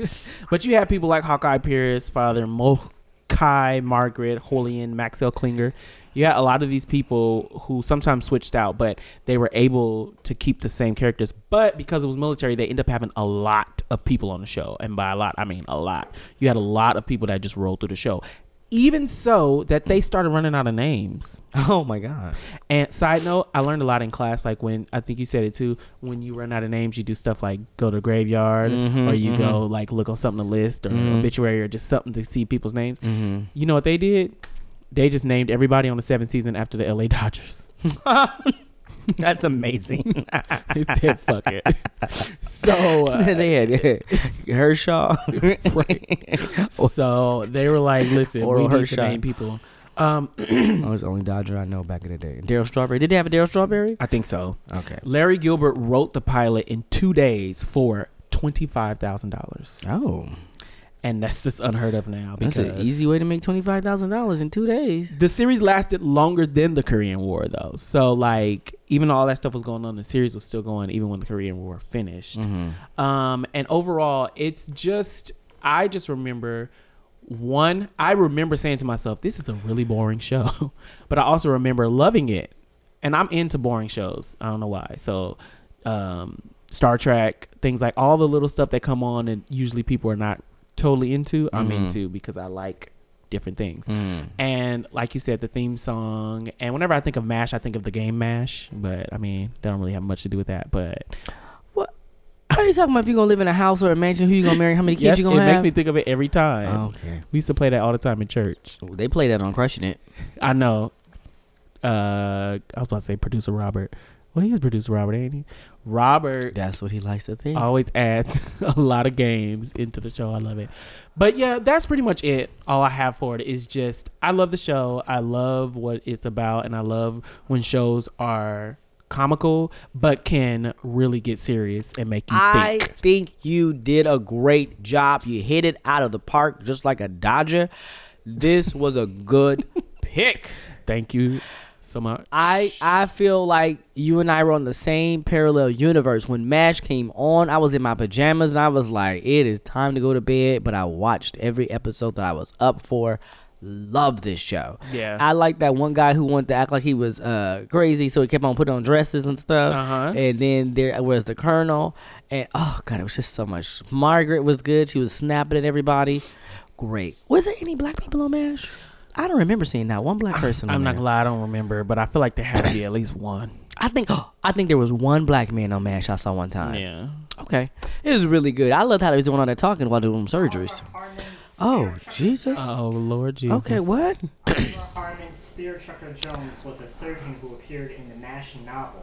Speaker 1: but you have people like Hawkeye Pierce, Father Mokai, Margaret, Holian, Maxell Klinger. You had a lot of these people who sometimes switched out, but they were able to keep the same characters. But because it was military, they end up having a lot of people on the show. And by a lot, I mean a lot. You had a lot of people that just rolled through the show. Even so, that they started running out of names.
Speaker 2: Oh my god.
Speaker 1: And side note, I learned a lot in class. Like when I think you said it too. When you run out of names, you do stuff like go to graveyard,
Speaker 2: Mhm,
Speaker 1: or you go like look on something to list or
Speaker 2: Mhm.
Speaker 1: obituary or just something to see people's names.
Speaker 2: Mm-hmm.
Speaker 1: You know what they did? They just named everybody on the seventh season after the LA Dodgers.
Speaker 2: That's amazing.
Speaker 1: they said, "Fuck it." so uh,
Speaker 2: they had Hershaw.
Speaker 1: so they were like, "Listen,
Speaker 2: Oral
Speaker 1: we need to
Speaker 2: Hershaw.
Speaker 1: name people." Um,
Speaker 2: I was Oh, the only Dodger I know back in the day. Daryl Strawberry. Did they have a Daryl Strawberry?
Speaker 1: I think so.
Speaker 2: Okay.
Speaker 1: Larry Gilbert wrote the pilot in two days for twenty five thousand dollars.
Speaker 2: Oh,
Speaker 1: and that's just unheard of now
Speaker 2: that's
Speaker 1: because
Speaker 2: an easy way to make twenty five thousand dollars in two days.
Speaker 1: the series lasted longer than the Korean War though. So like even though all that stuff was going on, the series was still going even when the Korean War
Speaker 2: Mm-hmm.
Speaker 1: finished. Um, and overall, it's just I just remember One, I remember saying to myself, this is a really boring show, but I also remember loving it. And I'm into boring shows. I don't know why. So, um, Star Trek, things like all the little stuff that come on and usually people are not totally into, I'm
Speaker 4: Mhm.
Speaker 1: into because I like different things.
Speaker 2: Mm-hmm.
Speaker 1: And like you said, the theme song. And whenever I think of MASH, I think of the game MASH. But I mean, that don't really have much to do with that. But
Speaker 5: What are you talking about? If you gonna live in a house or a mansion, who you gonna marry? How many kids
Speaker 1: yes,
Speaker 5: you
Speaker 1: it
Speaker 5: gonna
Speaker 1: makes
Speaker 5: have?
Speaker 1: me
Speaker 5: Oh.
Speaker 1: think of it every time.
Speaker 2: Okay.
Speaker 1: We used to play that all the time in church.
Speaker 2: Ooh, They play that on Crushing It.
Speaker 1: I know. Uh, I was about to say producer Robert. Well, he is producer Robert, ain't he? Robert
Speaker 2: That's what he likes to think.
Speaker 1: always adds a lot of games into the show. I love it. But yeah, that's pretty much it. All I have for it is just I love the show. I love what it's about, and I love when shows are comical but can really get serious and make you
Speaker 2: I
Speaker 1: think.
Speaker 2: think you did a great job. You hit it out of the park just like a Dodger. This was a good pick.
Speaker 1: Thank you so much.
Speaker 2: I I feel like you and I were on the same parallel universe. When MASH came on, I was in my pajamas and I was like, it is time to go to bed. But I watched every episode that I was up for. Love this show.
Speaker 1: Yeah.
Speaker 2: I like that one guy who wanted to act like he was uh crazy, so he kept on putting on dresses and stuff.
Speaker 1: Uh-huh.
Speaker 2: And then there was the colonel, and oh god, it was just so much. Margaret was good; she was snapping at everybody. Great. Was there any black people on Mash? I don't remember seeing that one black person.
Speaker 1: I'm
Speaker 2: on
Speaker 1: not
Speaker 2: there.
Speaker 1: gonna lie, I don't remember, but I feel like there had to be at least one.
Speaker 2: I think I think there was one black man on Mash I saw one time.
Speaker 1: Yeah.
Speaker 2: Okay, it was really good. I loved how they was doing all that talking while doing surgeries. Oh Jesus.
Speaker 1: Oh Lord Jesus.
Speaker 2: okay, what?
Speaker 9: Oliver Harmon Spear Chucker Jones was a surgeon who appeared in the MASH novel.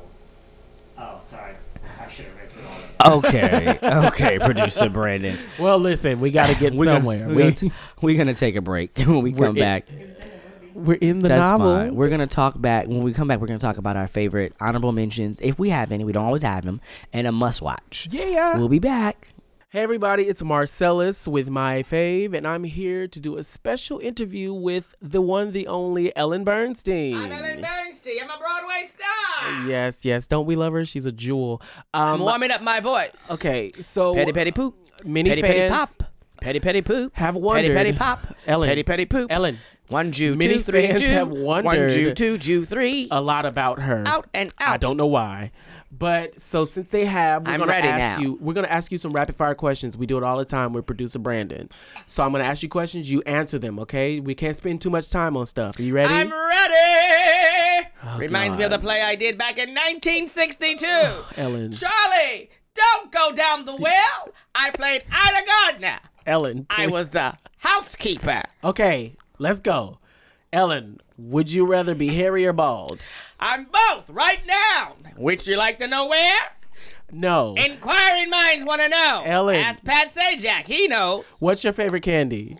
Speaker 9: Oh, sorry. I should have read through all of
Speaker 2: Okay, okay, producer Brandon.
Speaker 1: Well, listen, we gotta get
Speaker 2: We're gonna-
Speaker 1: somewhere.
Speaker 2: we're
Speaker 1: we,
Speaker 2: gonna t- we're gonna take a break when we
Speaker 1: We're
Speaker 2: come
Speaker 1: in-
Speaker 2: back.
Speaker 1: we're in the
Speaker 2: That's
Speaker 1: novel.
Speaker 2: fine. We're gonna talk back when we come back. We're gonna talk about our favorite honorable mentions, if we have any. We don't always have them, and a must watch.
Speaker 1: Yeah.
Speaker 2: We'll be back.
Speaker 7: Hey everybody, it's Marcellus with my fave, and I'm here to do a special interview with the one, the only Ellen Bernstein. I'm Ellen Bernstein. Oh, I'm a Broadway star. Yes, yes. Don't we love her? She's a jewel. Um,
Speaker 5: warming up my voice.
Speaker 7: okay, so uh,
Speaker 5: Petty petty poop.
Speaker 7: many
Speaker 5: petty petty
Speaker 7: Oh, fans
Speaker 5: pop. Petty petty poop.
Speaker 7: have wondered.
Speaker 5: Petty petty pop.
Speaker 7: Ellen,
Speaker 5: Petty petty poop.
Speaker 7: Ellen,
Speaker 5: One Jew,
Speaker 7: Many
Speaker 5: two, three
Speaker 7: fans
Speaker 5: Jew.
Speaker 7: have
Speaker 5: One
Speaker 7: wondered-
Speaker 5: Jew, two Jew, three.
Speaker 7: a lot about her.
Speaker 5: out and out.
Speaker 7: I don't know why. But so since they have, we're
Speaker 5: I'm
Speaker 7: gonna
Speaker 5: ready
Speaker 7: ask
Speaker 5: now.
Speaker 7: you. We're gonna ask you some rapid fire questions. We do it all the time with producer Brandon. So I'm gonna ask you questions. You answer them, okay? We can't spend too much time on stuff. Are you ready? Oh,
Speaker 5: I'm ready. Reminds me of
Speaker 1: God.
Speaker 5: the play I did back in 1962.
Speaker 7: Ellen.
Speaker 5: Charlie, don't go down the well. I played Ida Gardner.
Speaker 7: Ellen.
Speaker 5: I
Speaker 7: please.
Speaker 5: was the housekeeper.
Speaker 7: Uh, Okay, let's go. Ellen, would you rather be hairy or bald?
Speaker 5: I'm both right now. Which you like to know where?
Speaker 7: No.
Speaker 5: Inquiring minds want to know.
Speaker 7: Ellen.
Speaker 5: Ask Pat Sajak. He knows.
Speaker 7: What's your favorite candy?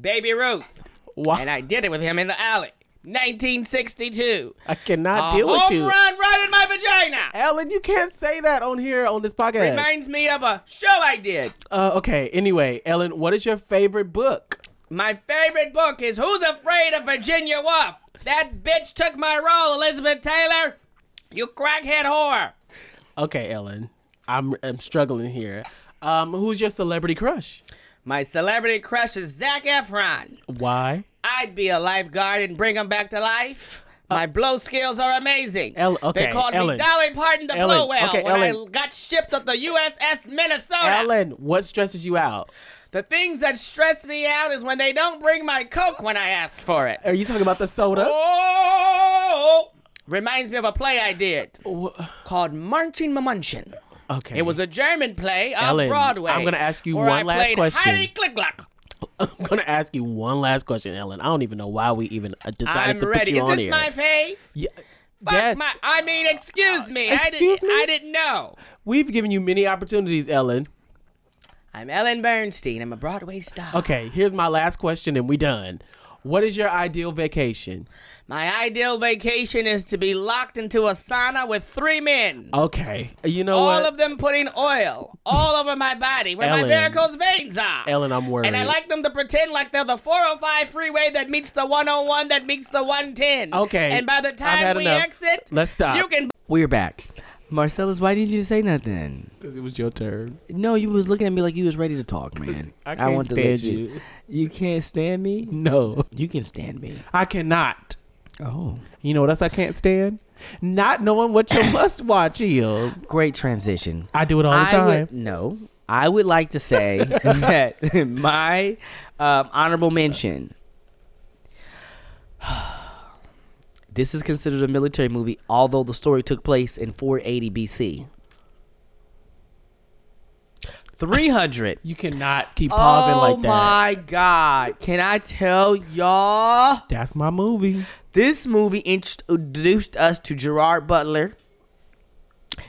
Speaker 5: Baby Ruth.
Speaker 7: Why?
Speaker 5: And I did it with him in the alley. 1962.
Speaker 7: I cannot
Speaker 5: A
Speaker 7: deal with
Speaker 5: home
Speaker 7: you.
Speaker 5: run right in my vagina.
Speaker 7: Ellen, you can't say that on here on this podcast.
Speaker 5: Reminds me of a show I did.
Speaker 7: uh, okay, anyway, Ellen, what is your favorite book?
Speaker 5: My favorite book is Who's Afraid of Virginia Woolf? That bitch took my role, Elizabeth Taylor. You crackhead whore.
Speaker 7: Okay, Ellen, I'm I'm struggling here. Um, who's your celebrity crush?
Speaker 5: My celebrity crush is Zac Efron.
Speaker 7: Why?
Speaker 5: I'd be a lifeguard and bring him back to life. My blow skills are amazing.
Speaker 7: El- okay,
Speaker 5: they called
Speaker 7: Uh, Ellen.
Speaker 5: me Dolly Parton the
Speaker 7: Ellen,
Speaker 5: blow whale
Speaker 7: okay,
Speaker 5: when
Speaker 7: Ellen.
Speaker 5: I got shipped at the USS Minnesota.
Speaker 7: Ellen, what stresses you out?
Speaker 5: The things that stress me out is when they don't bring my Coke when I ask for it.
Speaker 7: Are you talking about the soda?
Speaker 5: Oh! Reminds me of a play I did
Speaker 7: Wha-
Speaker 5: called Marching Mamunchen.
Speaker 7: Okay.
Speaker 5: It was a German play on
Speaker 7: Ellen,
Speaker 5: Broadway.
Speaker 7: I'm gonna ask you
Speaker 5: where
Speaker 7: one
Speaker 5: I
Speaker 7: last
Speaker 5: played
Speaker 7: question.
Speaker 5: Heidi Klicklock.
Speaker 7: I'm gonna ask you one last question, Ellen. I don't even know why we even uh, decided
Speaker 5: I'm
Speaker 7: to
Speaker 5: ready.
Speaker 7: put you
Speaker 5: Is
Speaker 7: on
Speaker 5: this
Speaker 7: here.
Speaker 5: my fave?
Speaker 7: Ye-
Speaker 5: Fuck
Speaker 7: yes,
Speaker 5: my, I mean, Uh, excuse me.
Speaker 7: Excuse
Speaker 5: I didn't,
Speaker 7: me?
Speaker 5: I didn't know.
Speaker 7: we've given you many opportunities, Ellen.
Speaker 5: I'm Ellen Bernstein. I'm a Broadway star.
Speaker 7: Okay, here's my last question, and we done. What is your ideal vacation?
Speaker 5: My ideal vacation is to be locked into a sauna with three men.
Speaker 1: Oh,
Speaker 7: Okay, you know
Speaker 5: all
Speaker 7: what,
Speaker 5: of them putting oil all over my body where
Speaker 7: Ellen.
Speaker 5: my varicose veins are.
Speaker 7: Ellen, I'm worried.
Speaker 5: And I like them to pretend like they're the 405 freeway that meets the 101 that meets the 110.
Speaker 7: Okay,
Speaker 5: And by the
Speaker 7: I've had
Speaker 5: time we
Speaker 7: enough.
Speaker 5: exit,
Speaker 1: Uh,
Speaker 7: Let's stop.
Speaker 5: you can
Speaker 2: We're back. Marcellus, why didn't you say nothing?
Speaker 1: Because it was your turn.
Speaker 2: No, you was looking at me like you was ready to talk, man.
Speaker 1: I
Speaker 2: I
Speaker 1: can't
Speaker 2: want to
Speaker 1: stand
Speaker 2: let you-
Speaker 1: you.
Speaker 2: You can't stand me?
Speaker 1: No,
Speaker 2: You can stand me.
Speaker 1: I cannot.
Speaker 2: Oh.
Speaker 1: You know what else I can't stand? Not knowing what your must watch is.
Speaker 2: Great transition.
Speaker 1: I do it all the
Speaker 2: I
Speaker 1: time.
Speaker 2: would- no, I would like to say that my um, honorable mention. This is considered a military movie, although the story took place in 480 BC. 300.
Speaker 1: You cannot keep pausing
Speaker 2: oh
Speaker 1: like that.
Speaker 2: my God. Can I tell y'all?
Speaker 1: That's my movie.
Speaker 2: This movie introduced us to Gerard Butler.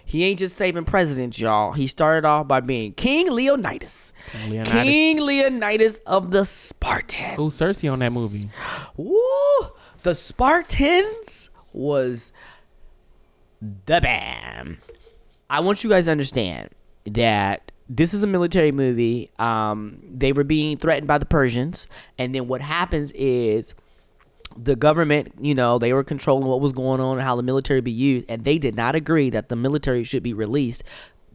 Speaker 2: He ain't just saving presidents, y'all. He started off by being King Leonidas.
Speaker 1: Leonidas.
Speaker 2: King Leonidas of the Spartans.
Speaker 1: Who's Cersei on that movie?
Speaker 2: Woo! The Spartans was the bam. I want you guys to understand that this is a military movie. Um, they were being threatened by the Persians, and then what happens is the government, you know, they were controlling what was going on and how the military be used, and they did not agree that the military should be released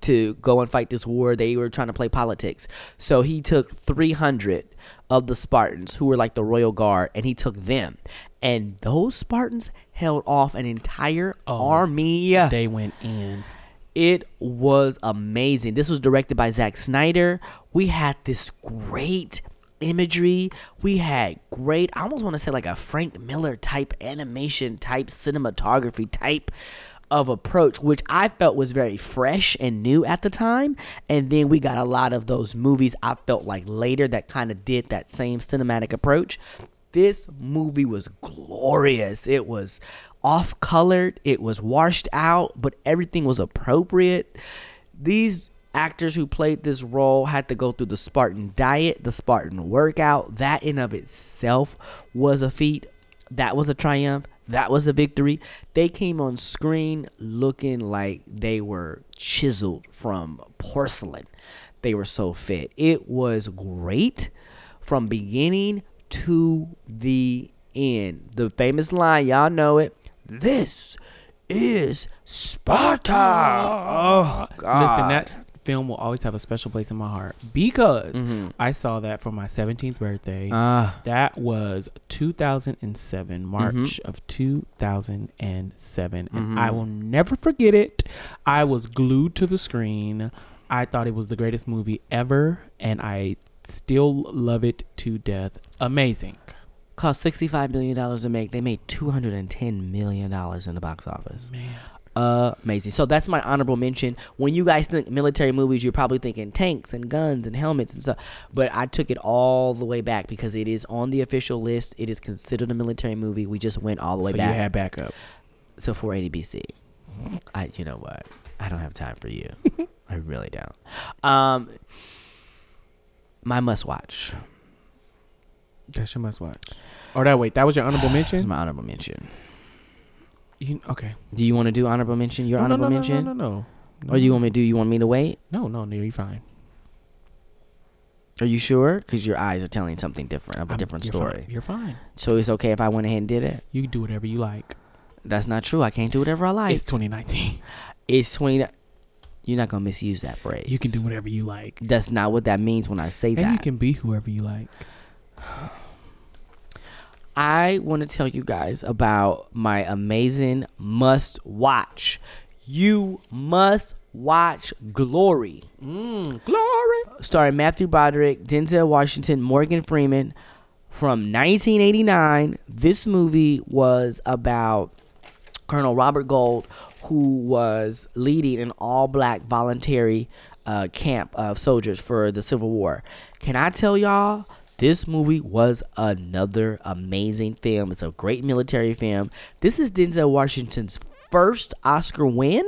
Speaker 2: to go and fight this war. They were trying to play politics. So he took 300 of the Spartans, who were like the royal guard, and he took them. And those Spartans held off an entire
Speaker 5: Oh.
Speaker 2: army.
Speaker 1: They went in.
Speaker 2: It was amazing. This was directed by Zack Snyder. We had this great imagery. We had great, I almost want to say like a Frank Miller type animation type cinematography type of approach, which I felt was very fresh and new at the time. And then we got a lot of those movies I felt like later that kind of did that same cinematic approach. This movie was glorious. It was off colored, it was washed out, but everything was appropriate. These actors who played this role had to go through the Spartan diet, the Spartan workout. That in of itself was a feat. That was a triumph. That was a victory. They came on screen looking like they were chiseled from porcelain. They were so fit. It was great from beginning to the end. The famous line, y'all know it. This is Sparta. Oh God!
Speaker 1: Listen, that film will always have a special place in my heart because
Speaker 2: Mm-hmm.
Speaker 1: I saw that for my 17th birthday.
Speaker 2: Ah.
Speaker 1: that was 2007, March of 2007. And I will never forget it. I was glued to the screen. I thought it was the greatest movie ever, and I still love it to death. Amazing.
Speaker 2: cost sixty-five million dollars to make. They made two hundred and ten million dollars in the box office. Man. Amazing. So that's my honorable mention. When you guys think military movies, you're probably thinking tanks and guns and helmets and stuff. But I took it all the way back because it is on the official list. It is considered a military movie. We just went all the way
Speaker 1: so
Speaker 2: back.
Speaker 1: you had backup.
Speaker 2: So 480 BC. I you know what? I don't have time for you. I really don't. Um my must watch.
Speaker 1: That's your must watch. Or that wait, that was your honorable
Speaker 2: This is
Speaker 1: mention.
Speaker 2: my honorable mention.
Speaker 1: You- okay.
Speaker 2: Do you want to do honorable mention? Your
Speaker 1: No, no,
Speaker 2: honorable
Speaker 1: no, no,
Speaker 2: mention?
Speaker 1: No, no, no.
Speaker 2: Or you want me to do you want me to wait?
Speaker 1: No, no, no. You're fine.
Speaker 2: Are you sure? Cuz your eyes are telling something different, of a
Speaker 1: I'm-
Speaker 2: different
Speaker 1: you're
Speaker 2: story.
Speaker 1: fine. You're fine.
Speaker 2: So it's okay if I went ahead and did it?
Speaker 1: You can do whatever you like.
Speaker 2: That's not true. I can't do whatever I like.
Speaker 1: it's 2019.
Speaker 2: It's 20 You're not going to misuse that phrase.
Speaker 1: You can do whatever you like,
Speaker 2: That's not what that means when I say that.
Speaker 1: and you can be whoever you like.
Speaker 2: I want to tell you guys about my amazing must watch. You must watch Glory. Hmm. Glory. Starring Matthew Broderick, Denzel Washington, Morgan Freeman. From 1989, this movie was about Colonel Robert Gold, who was leading an all black voluntary uh, camp of soldiers for the Civil War. Can I tell y'all? This movie was another amazing film. It's a great military film. This is Denzel Washington's first Oscar win.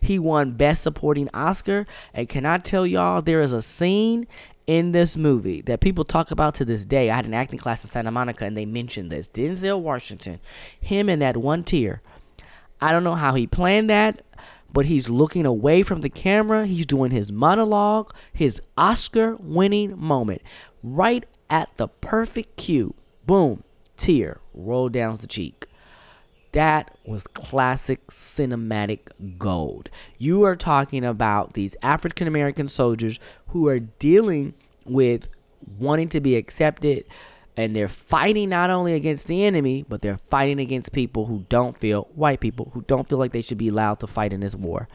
Speaker 2: He won Best Supporting Oscar. And can I tell y'all, there is a scene in this movie that people talk about to this day. I had an acting class in Santa Monica and they mentioned this. Denzel Washington, him and that one tear. I don't know how he planned that, but he's looking away from the camera. He's doing his monologue, his Oscar winning moment, right at the perfect cue. Boom, tear rolled down the cheek. That was classic cinematic gold. You are talking about these African American soldiers who are dealing with wanting to be accepted and they're fighting not only against the enemy, but they're fighting against people who don't feel white people who don't feel like they should be allowed to fight in this war.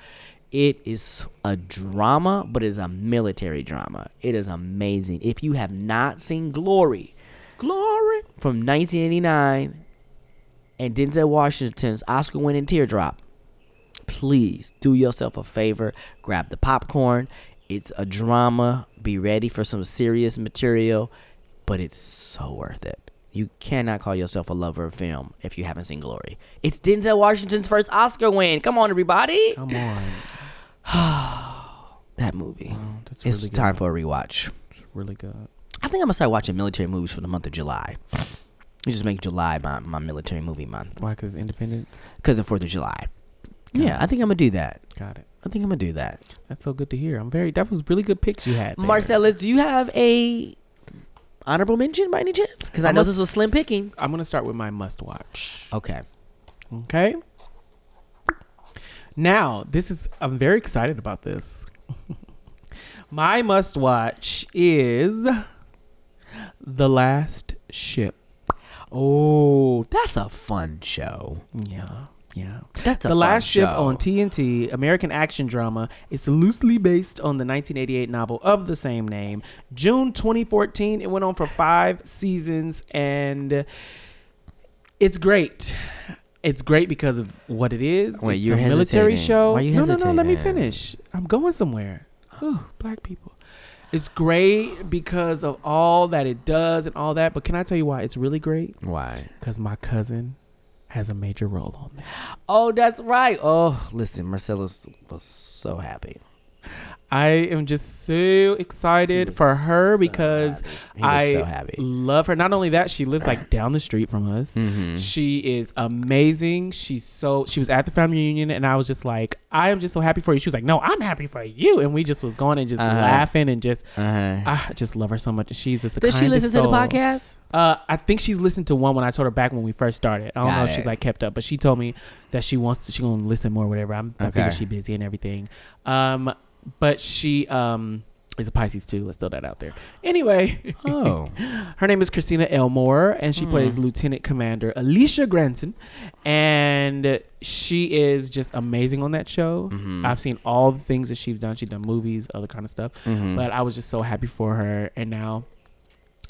Speaker 2: It is a drama, but it's a military drama. It is amazing. If you have not seen Glory, Glory from 1989 and Denzel Washington's Oscar winning teardrop, please do yourself a favor. Grab the popcorn. It's a drama. Be ready for some serious material, but it's so worth it. You cannot call yourself a lover of film if you haven't seen Glory. It's Denzel Washington's first Oscar win. Come on, everybody.
Speaker 1: Come on.
Speaker 2: That movie.
Speaker 1: Oh, that's
Speaker 2: It's
Speaker 1: really good.
Speaker 2: time for a rewatch.
Speaker 1: It's really good.
Speaker 2: I think I'm gonna start watching military movies for the month of July. You just make July my, my military movie month
Speaker 1: Why? Because Independence
Speaker 2: because of Fourth of July.
Speaker 1: Got
Speaker 2: Yeah, I think I'm gonna do that.
Speaker 1: got it.
Speaker 2: I think I'm gonna do that.
Speaker 1: That's so good to hear. I'm very. That was really good picks you had, there.
Speaker 2: Marcellus, do you have a honorable mention by any chance? Because I
Speaker 1: I'm
Speaker 2: know
Speaker 1: a-
Speaker 2: this was slim pickings.
Speaker 1: I'm gonna start with my must watch.
Speaker 2: okay.
Speaker 1: Okay. Now, this is I'm very excited about this. My must watch is The Last Ship.
Speaker 2: Oh, that's a fun show.
Speaker 1: Yeah. Yeah.
Speaker 2: That's a
Speaker 1: the
Speaker 2: fun
Speaker 1: Last Ship
Speaker 2: show.
Speaker 1: on TNT, American action drama. It's loosely based on the 1988 novel of the same name. June 2014, it went on for five seasons, and it's great. It's great because of what it is.
Speaker 2: Wait,
Speaker 1: it's
Speaker 2: you're
Speaker 1: a military
Speaker 2: hesitating.
Speaker 1: show.
Speaker 2: Why you
Speaker 1: no, no, no. Let me
Speaker 2: hesitating?
Speaker 1: finish. I'm going somewhere. Ooh, black people. It's great because of all that it does and all that. But can I tell you why it's really great?
Speaker 2: Why?
Speaker 1: Because my cousin has a major role on there.
Speaker 2: Oh, that's right. Oh, listen, Marcellus was so happy.
Speaker 1: I am just so
Speaker 2: He
Speaker 1: excited
Speaker 2: was
Speaker 1: for her
Speaker 2: so
Speaker 1: because
Speaker 2: happy. He was
Speaker 1: I
Speaker 2: so happy.
Speaker 1: love her. Not only that, she lives like down the street from us.
Speaker 2: Mhm.
Speaker 1: She is amazing. She's so she was at the family reunion and I was just like, I am just so happy for you. She was like, No, I'm happy for you. And we just was going and just
Speaker 2: Uh-huh.
Speaker 1: laughing and just
Speaker 2: Uh-huh.
Speaker 1: I just love her so much. She's just a
Speaker 2: Does she
Speaker 1: kindest
Speaker 2: listen to the
Speaker 1: soul.
Speaker 2: podcast?
Speaker 1: Uh, I think she's listened to one when I told her back when we first started. I don't
Speaker 2: Got
Speaker 1: know if
Speaker 2: it.
Speaker 1: she's like kept up, but she told me that she wants to, she gonna listen more, or whatever. I'm, I figure
Speaker 2: Okay.
Speaker 1: she busy and everything. Um, but she um is a Pisces too. Let's throw that out there. Anyway,
Speaker 2: Oh. Hmm.
Speaker 1: her name is Christina Elmore, and she plays Lieutenant Commander Alicia Granton, and she is just amazing on that show.
Speaker 2: Mm-hmm.
Speaker 1: I've seen all the things that she's done. She's done movies, other kind of stuff.
Speaker 2: Mm. Mm-hmm.
Speaker 1: But I was just so happy for her, and now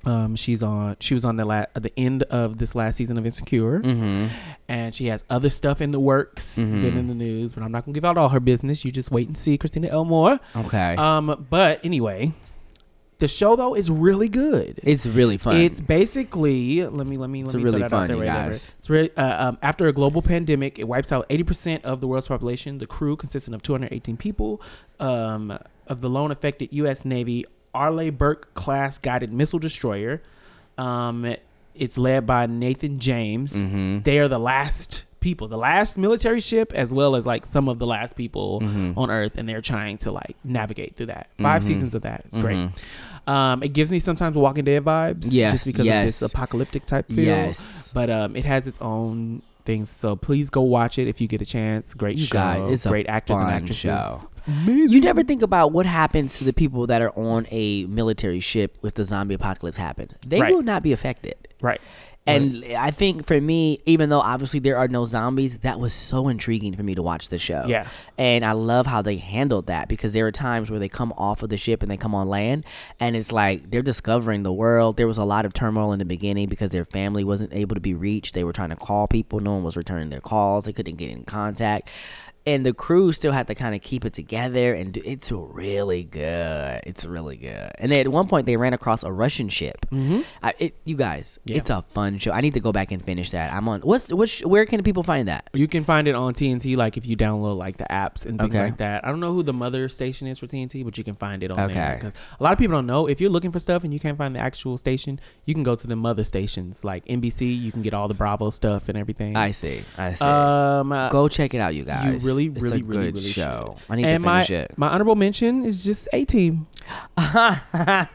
Speaker 1: um, she's on. She was on the la- the end of this last season of Insecure,
Speaker 2: Mm-hmm.
Speaker 1: and she has other stuff in the works. It's been
Speaker 2: Mhm.
Speaker 1: in the news, but I'm not gonna give out all her business. You just wait and see, Christina Elmore.
Speaker 2: Okay.
Speaker 1: Um, but anyway, the show though is really good.
Speaker 2: it's really fun.
Speaker 1: It's basically let me let me let
Speaker 2: It's
Speaker 1: me throw
Speaker 2: really
Speaker 1: that
Speaker 2: fun,
Speaker 1: out there
Speaker 2: you
Speaker 1: right now.
Speaker 2: guys.
Speaker 1: It's really, uh, um, after a global pandemic, it wipes out 80% of the world's population. The crew, consisting of 218 people, um, of the lone affected U.S. Navy Arleigh Burke class guided missile destroyer. Um, it's led by Nathan James.
Speaker 2: Mm. Mm-hmm.
Speaker 1: They are the last people, the last military ship, as well as like some of the last people
Speaker 2: Mm. Mm-hmm.
Speaker 5: Oh,
Speaker 1: on Earth, and they're trying to like navigate through that. 5 seasons of that. It's great.
Speaker 2: Mm-hmm.
Speaker 1: Um, it gives me sometimes Walking Dead vibes,
Speaker 2: Yes,
Speaker 1: just because
Speaker 2: yes.
Speaker 1: of this apocalyptic type feel.
Speaker 2: yes.
Speaker 1: But um, it has its own things, so please go watch it if you get a chance. Great
Speaker 2: You
Speaker 1: show,
Speaker 2: guys, it's a
Speaker 1: great actors and
Speaker 2: fun
Speaker 1: actresses.
Speaker 2: show.
Speaker 1: It's amazing.
Speaker 2: You never think about what happens to the people that are on a military ship if the zombie apocalypse happens. They
Speaker 1: Right.
Speaker 2: will not be affected.
Speaker 1: right?
Speaker 2: And I think for me, even though obviously there are no zombies, that was so intriguing for me to watch the show.
Speaker 1: Yeah.
Speaker 2: And I love how they handled that because there are times where they come off of the ship and they come on land and it's like they're discovering the world. There was a lot of turmoil in the beginning because their family wasn't able to be reached. They were trying to call people, no one was returning their calls, they couldn't get in contact. And the crew still had to kind of keep it together, and do, it's really good. It's really good. And then at one point, they ran across a Russian ship. Mm-hmm. I, it, you guys,
Speaker 1: Yeah.
Speaker 2: it's a fun show. I need to go back and finish that. I'm on. What's what's where can people find that?
Speaker 1: You can find it on TNT, like if you download like the apps and things
Speaker 2: Okay.
Speaker 1: like that. I don't know who the mother station is for TNT, but you can find it on there.
Speaker 2: Okay.
Speaker 1: 'Cause a lot of people don't know if you're looking for stuff and you can't find the actual station, you can go to the mother stations like NBC. You can get all the Bravo stuff and everything.
Speaker 2: I see. I see.
Speaker 1: um, uh,
Speaker 2: go check it out, you guys.
Speaker 1: really,
Speaker 2: it's
Speaker 1: really,
Speaker 2: a
Speaker 1: really,
Speaker 2: good
Speaker 1: really
Speaker 2: show. I need
Speaker 1: and
Speaker 2: to
Speaker 1: my
Speaker 2: finish it.
Speaker 1: my honorable mention is just A Team. Yeah.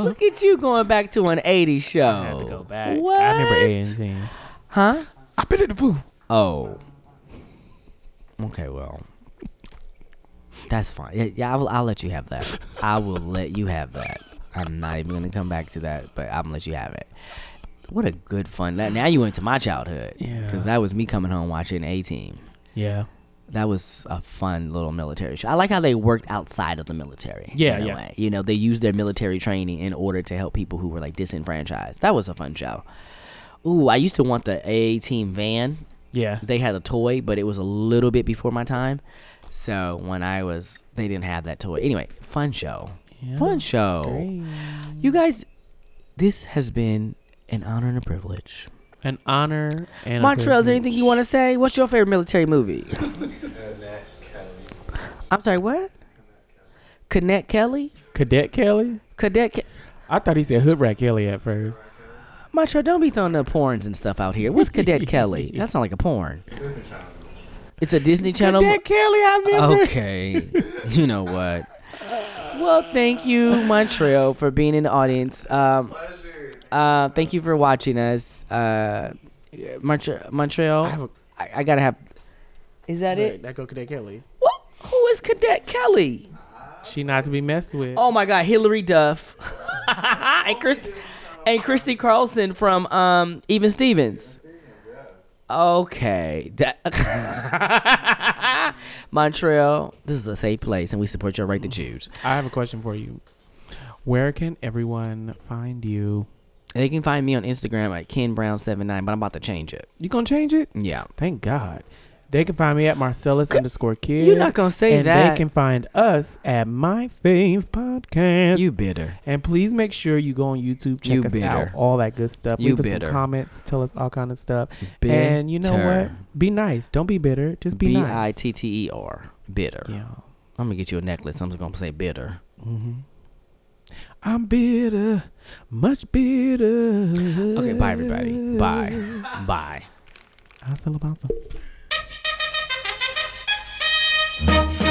Speaker 2: Look at you going back to an '80s
Speaker 1: Oh.
Speaker 2: show.
Speaker 1: I Uh-huh. had to go back.
Speaker 2: What?
Speaker 1: I remember A and Team.
Speaker 2: Huh?
Speaker 1: I bit at the food.
Speaker 5: Oh. Okay, well. That's fine. Yeah, yeah I will, I'll let you have that. I will let you have that. I'm not even going to come back to that, but I'm going to let you have it. What a good fun. That, now you went to my childhood.
Speaker 1: Yeah.
Speaker 5: Because that was me coming home watching A Team.
Speaker 1: Yeah.
Speaker 5: That was a fun little military show. I like how they worked outside of the military.
Speaker 1: Yeah,
Speaker 5: in a
Speaker 1: yeah.
Speaker 5: way. You know, they used their military training in order to help people who were like disenfranchised. That was a fun show. Ooh, I used to want the AA team van
Speaker 1: Yeah.
Speaker 5: they had a toy, but it was a little bit before my time. So when I was, they didn't have that toy. Anyway, fun show. Fun
Speaker 1: Oh.
Speaker 5: show. You guys, this has been an honor and a privilege.
Speaker 1: An honor and
Speaker 5: Montreal, is there anything you want to say? What's your favorite military movie? I'm sorry, what? Cadet Kelly?
Speaker 1: Cadet Kelly?
Speaker 5: Cadet Ke-
Speaker 1: I thought he said Hood Rat Kelly at first.
Speaker 5: Montreal, don't be throwing up porns and stuff out here. What's Cadet Kelly? That sounds like a porn. It's a Disney Channel. mo-
Speaker 1: Cadet Kelly, I remember.
Speaker 5: Okay. you know what? Well, thank you, Montreal, for being in the audience. Um, uh, thank you for watching us. Uh, Montre- Montreal,
Speaker 1: I
Speaker 5: I,
Speaker 1: have a-
Speaker 5: I, gotta have. Is that it?
Speaker 1: That go Cadet Kelly.
Speaker 5: What? Who is Cadet Kelly?
Speaker 1: She not to be messed with.
Speaker 5: Oh my God, Hillary Duff and Christ- and Christy Carlson from um, Even Stevens. Oh, Okay, that Montreal. This is a safe place, and we support your right to choose.
Speaker 1: I have a question for you. Where can everyone find you?
Speaker 5: They can find me on Instagram at Ken Brown79, but I'm about to change it.
Speaker 1: You gonna change it?
Speaker 5: Yeah.
Speaker 1: Thank God. They can find me at Marcellus underscore kid.
Speaker 5: You're not gonna say
Speaker 1: and
Speaker 5: that.
Speaker 1: they can find us at My Fave Podcast.
Speaker 5: you bitter.
Speaker 1: and please make sure you go on YouTube, check
Speaker 5: You
Speaker 1: us out,
Speaker 5: bitter.
Speaker 1: all that good stuff.
Speaker 5: You
Speaker 1: Leave us
Speaker 5: bitter.
Speaker 1: some comments, tell us all kind of stuff.
Speaker 5: bitter.
Speaker 1: And you know what? Be nice. Don't be bitter. Just be
Speaker 5: B
Speaker 1: nice.
Speaker 5: I T T E R. Bitter.
Speaker 1: Yeah.
Speaker 5: I'm gonna get you a necklace. I'm just gonna say bitter.
Speaker 1: hmm I'm bitter, much bitter.
Speaker 5: Okay, bye everybody. Bye. Bye.
Speaker 1: Hasta la panza.
Speaker 10: Thank you.